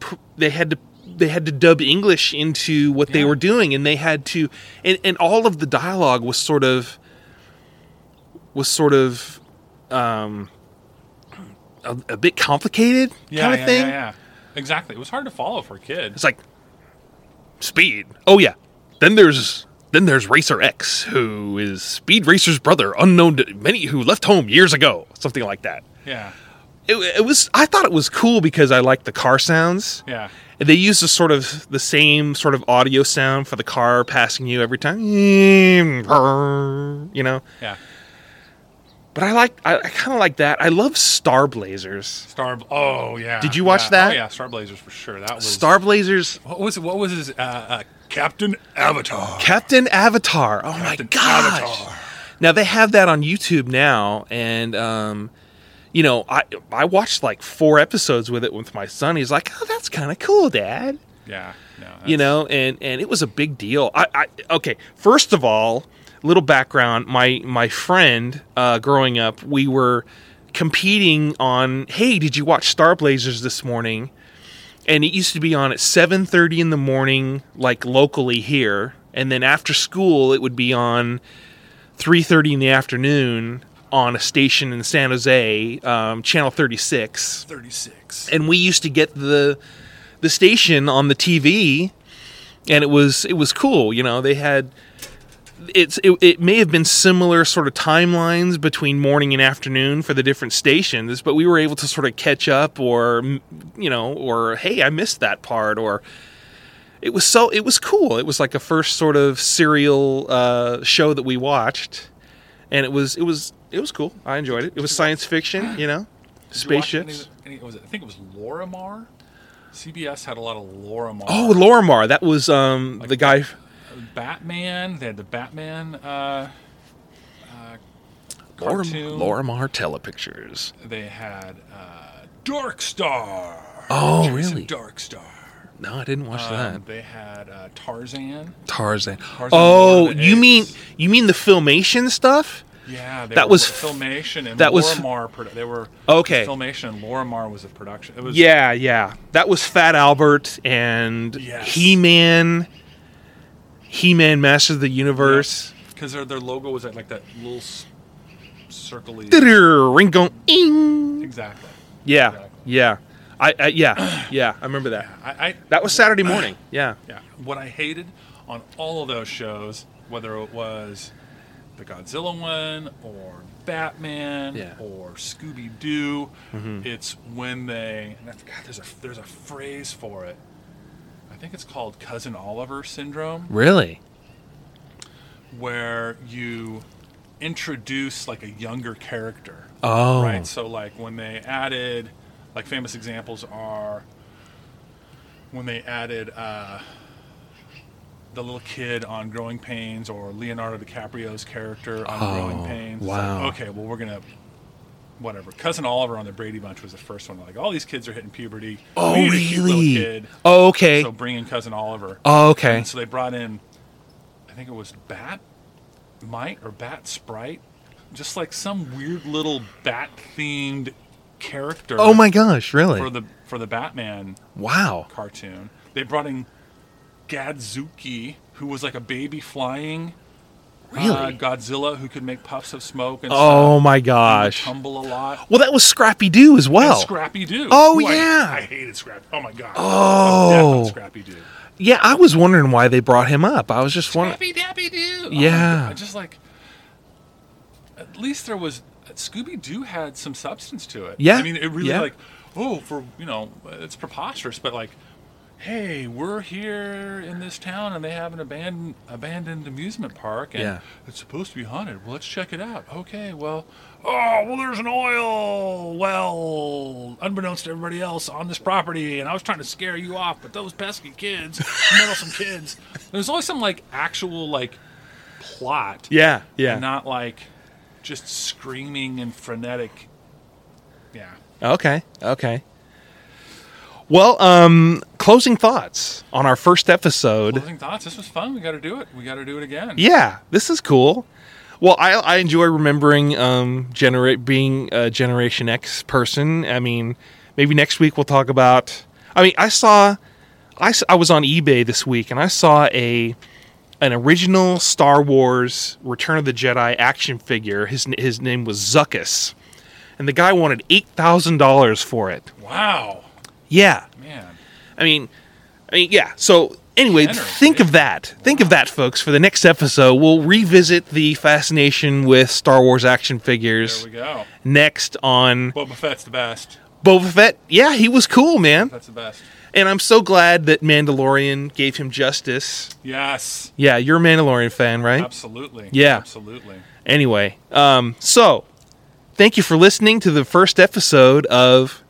[SPEAKER 1] p- they had to they had to dub English into what they
[SPEAKER 2] Yeah.
[SPEAKER 1] were doing, and they had to and, and all of the dialogue was sort of was sort of um, a, a bit complicated kind of
[SPEAKER 2] yeah,
[SPEAKER 1] thing.
[SPEAKER 2] Yeah, yeah, exactly. It was hard to follow for a kid.
[SPEAKER 1] It's like speed. Oh yeah. Then there's then there's Racer X, who is Speed Racer's brother, unknown to many who left home years ago, something like that.
[SPEAKER 2] Yeah,
[SPEAKER 1] It, it was I thought it was cool because I liked the car sounds.
[SPEAKER 2] yeah,
[SPEAKER 1] And they use the sort of the same sort of audio sound for the car passing you every time. You know,
[SPEAKER 2] yeah.
[SPEAKER 1] but I like I, I kind of like that. I love Star Blazers.
[SPEAKER 2] Star. Oh yeah.
[SPEAKER 1] Did you watch
[SPEAKER 2] yeah.
[SPEAKER 1] that?
[SPEAKER 2] Oh yeah, Star Blazers for sure. That was
[SPEAKER 1] Star Blazers,
[SPEAKER 2] What was what was his uh, uh, Captain Avatar?
[SPEAKER 1] Captain Avatar. Oh
[SPEAKER 2] Captain
[SPEAKER 1] my gosh!
[SPEAKER 2] Avatar.
[SPEAKER 1] Now they have that on YouTube now, and um, you know I I watched like four episodes with it with my son. He's like, oh, that's kind of cool, Dad.
[SPEAKER 2] Yeah, no. that's-
[SPEAKER 1] you know and and it was a big deal i, I okay first of all little background my my friend uh, growing up we were competing on hey did you watch star blazers this morning and it used to be on at 7.30 in the morning like locally here and then after school it would be on 3.30 in the afternoon on a station in san jose um, channel 36
[SPEAKER 2] Thirty-six.
[SPEAKER 1] and we used to get the the station on the TV, and it was it was cool. You know, they had it's it, it may have been similar sort of timelines between morning and afternoon for the different stations, but we were able to sort of catch up, or mm, you know, or hey, I missed that part, or. It was so. It was cool. It was like a first sort of serial uh, show that we watched, and it was it was it was cool. I enjoyed it. It was science fiction, you know,
[SPEAKER 2] Did you watch any of
[SPEAKER 1] spaceships.
[SPEAKER 2] the- any- was it- I think it was Lorimar. CBS had a lot of Lorimar.
[SPEAKER 1] Oh, Lorimar. That was um the guy.
[SPEAKER 2] Batman. They had the Batman uh, uh,
[SPEAKER 1] Lorim-
[SPEAKER 2] cartoon.
[SPEAKER 1] Lorimar Telepictures.
[SPEAKER 2] They had uh, Dark Star.
[SPEAKER 1] Oh, really?
[SPEAKER 2] Dark Star.
[SPEAKER 1] No, I didn't watch that.
[SPEAKER 2] they had uh, Tarzan.
[SPEAKER 1] Tarzan.
[SPEAKER 2] Tarzan
[SPEAKER 1] Oh,
[SPEAKER 2] War of the
[SPEAKER 1] you mean
[SPEAKER 2] Apes.
[SPEAKER 1] you mean the filmation stuff?
[SPEAKER 2] Yeah, they
[SPEAKER 1] That
[SPEAKER 2] were
[SPEAKER 1] was f-
[SPEAKER 2] filmation and
[SPEAKER 1] that was-
[SPEAKER 2] Lorimar. produ- they were
[SPEAKER 1] Okay.
[SPEAKER 2] Filmation and Lorimar was a production. It was
[SPEAKER 1] Yeah, yeah. That was Fat Albert and
[SPEAKER 2] Yes.
[SPEAKER 1] He-Man. He-Man Masters of the Universe.
[SPEAKER 2] because their, their logo was at like that little s- circly.
[SPEAKER 1] Ditter, Ringo, ing.
[SPEAKER 2] exactly.
[SPEAKER 1] Yeah,
[SPEAKER 2] Exactly.
[SPEAKER 1] yeah. I, I yeah, yeah. I remember that.
[SPEAKER 2] I, I
[SPEAKER 1] That was Saturday morning. Yeah.
[SPEAKER 2] Yeah. What I hated on all of those shows, whether it was the Godzilla one or Batman
[SPEAKER 1] Yeah. Mm-hmm.
[SPEAKER 2] or Scooby Doo, it's when they. And that's, God, there's a there's a phrase for it. I think it's called Cousin Oliver syndrome,
[SPEAKER 1] Really?
[SPEAKER 2] where you introduce like a younger character.
[SPEAKER 1] Oh.
[SPEAKER 2] Right. So like when they added, like famous examples are when they added uh, the little kid on Growing
[SPEAKER 3] Oh,
[SPEAKER 2] Pains or Leonardo DiCaprio's character on Growing Pains. It's like,
[SPEAKER 1] wow.
[SPEAKER 2] okay, well we're gonna whatever. Cousin Oliver on the Brady Bunch was the first one. Like all these kids are hitting puberty.
[SPEAKER 3] Oh,
[SPEAKER 2] We need a cute little
[SPEAKER 3] really?
[SPEAKER 2] kid.
[SPEAKER 3] Oh, okay.
[SPEAKER 2] So bring in cousin Oliver.
[SPEAKER 3] Oh, okay.
[SPEAKER 2] And so they brought in, I think it was Bat Mite or Bat Sprite, just like some weird little bat themed character.
[SPEAKER 3] Oh my gosh,
[SPEAKER 2] For
[SPEAKER 3] really?
[SPEAKER 2] the for the Batman
[SPEAKER 3] Wow.
[SPEAKER 2] cartoon, they brought in Gadzuki, who was like a baby flying. Uh,
[SPEAKER 3] Really?
[SPEAKER 2] Godzilla, who could make puffs of smoke and
[SPEAKER 3] Oh my
[SPEAKER 2] stuff, would
[SPEAKER 3] gosh.
[SPEAKER 2] tumble a lot.
[SPEAKER 3] Well, that was Scrappy Doo as well.
[SPEAKER 2] Scrappy Doo.
[SPEAKER 3] Oh,
[SPEAKER 2] Ooh, I-
[SPEAKER 3] yeah.
[SPEAKER 2] I, hated Scrappy. Oh my god.
[SPEAKER 3] Oh.
[SPEAKER 2] Scrappy Doo.
[SPEAKER 3] Yeah, I was wondering why they brought him up. I was just wondering.
[SPEAKER 2] Scrappy Dappy Doo.
[SPEAKER 3] Yeah.
[SPEAKER 2] Oh, my God. just like at least there was Scooby Doo had some substance to it.
[SPEAKER 3] Yeah.
[SPEAKER 2] I mean, it really
[SPEAKER 3] Yeah.
[SPEAKER 2] like oh for you know it's preposterous, but like. Hey, we're here in this town, and they have an abandoned abandoned amusement park, and
[SPEAKER 3] Yeah.
[SPEAKER 2] it's supposed to be haunted. Well, let's check it out. Okay, well, oh, well, there's an oil well, unbeknownst to everybody else on this property, and I was trying to scare you off, but those pesky kids, [LAUGHS] meddlesome kids. There's always some like actual like plot,
[SPEAKER 1] Yeah, yeah.
[SPEAKER 2] not like just screaming and frenetic. Yeah,
[SPEAKER 1] Okay. Okay. Well, um, closing thoughts on our first episode.
[SPEAKER 2] closing thoughts. This was fun. We got to do it. We got to do it again.
[SPEAKER 1] Yeah, this is cool. Well, I, I enjoy remembering um, generate being a Generation X person. I mean, maybe next week we'll talk about. I mean, I saw, I, s- I was on eBay this week and I saw a an original Star Wars Return of the Jedi action figure. His n- his name was Zuckus, and the guy wanted eight thousand dollars for it.
[SPEAKER 2] Wow,
[SPEAKER 1] Yeah,
[SPEAKER 2] man.
[SPEAKER 1] I mean, I mean, yeah. So anyway,
[SPEAKER 2] Generous,
[SPEAKER 1] think of that. Think of that, folks. For the next episode, we'll revisit the fascination with Star Wars action
[SPEAKER 2] There
[SPEAKER 1] figures.
[SPEAKER 2] we go.
[SPEAKER 1] Next on
[SPEAKER 2] Boba Fett's the best.
[SPEAKER 1] Boba Fett. Yeah, he was cool, man.
[SPEAKER 2] That's the best.
[SPEAKER 1] And I'm so glad that Mandalorian gave him justice.
[SPEAKER 2] Yes.
[SPEAKER 1] Yeah, you're a Mandalorian fan, right?
[SPEAKER 2] Absolutely.
[SPEAKER 1] Yeah.
[SPEAKER 2] Absolutely.
[SPEAKER 1] Anyway, um, so thank you for listening to the first episode of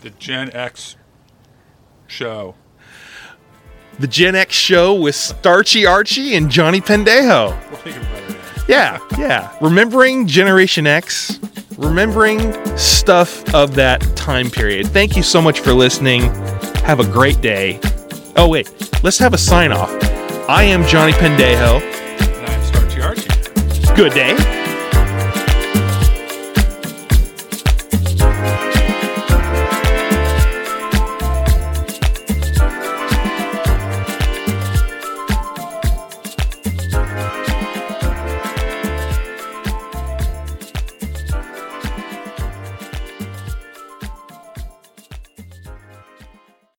[SPEAKER 2] The Gen X show.
[SPEAKER 1] the Gen X Show with Starchy Archie and Johnny Pendejo.
[SPEAKER 2] We'll think about it. later.
[SPEAKER 1] Yeah, yeah. Remembering Generation X, remembering stuff of that time period. Thank you so much for listening. Have a great day. Oh, wait, let's have a sign off. I am Johnny Pendejo.
[SPEAKER 2] And I'm Starchy Archie.
[SPEAKER 1] Good day.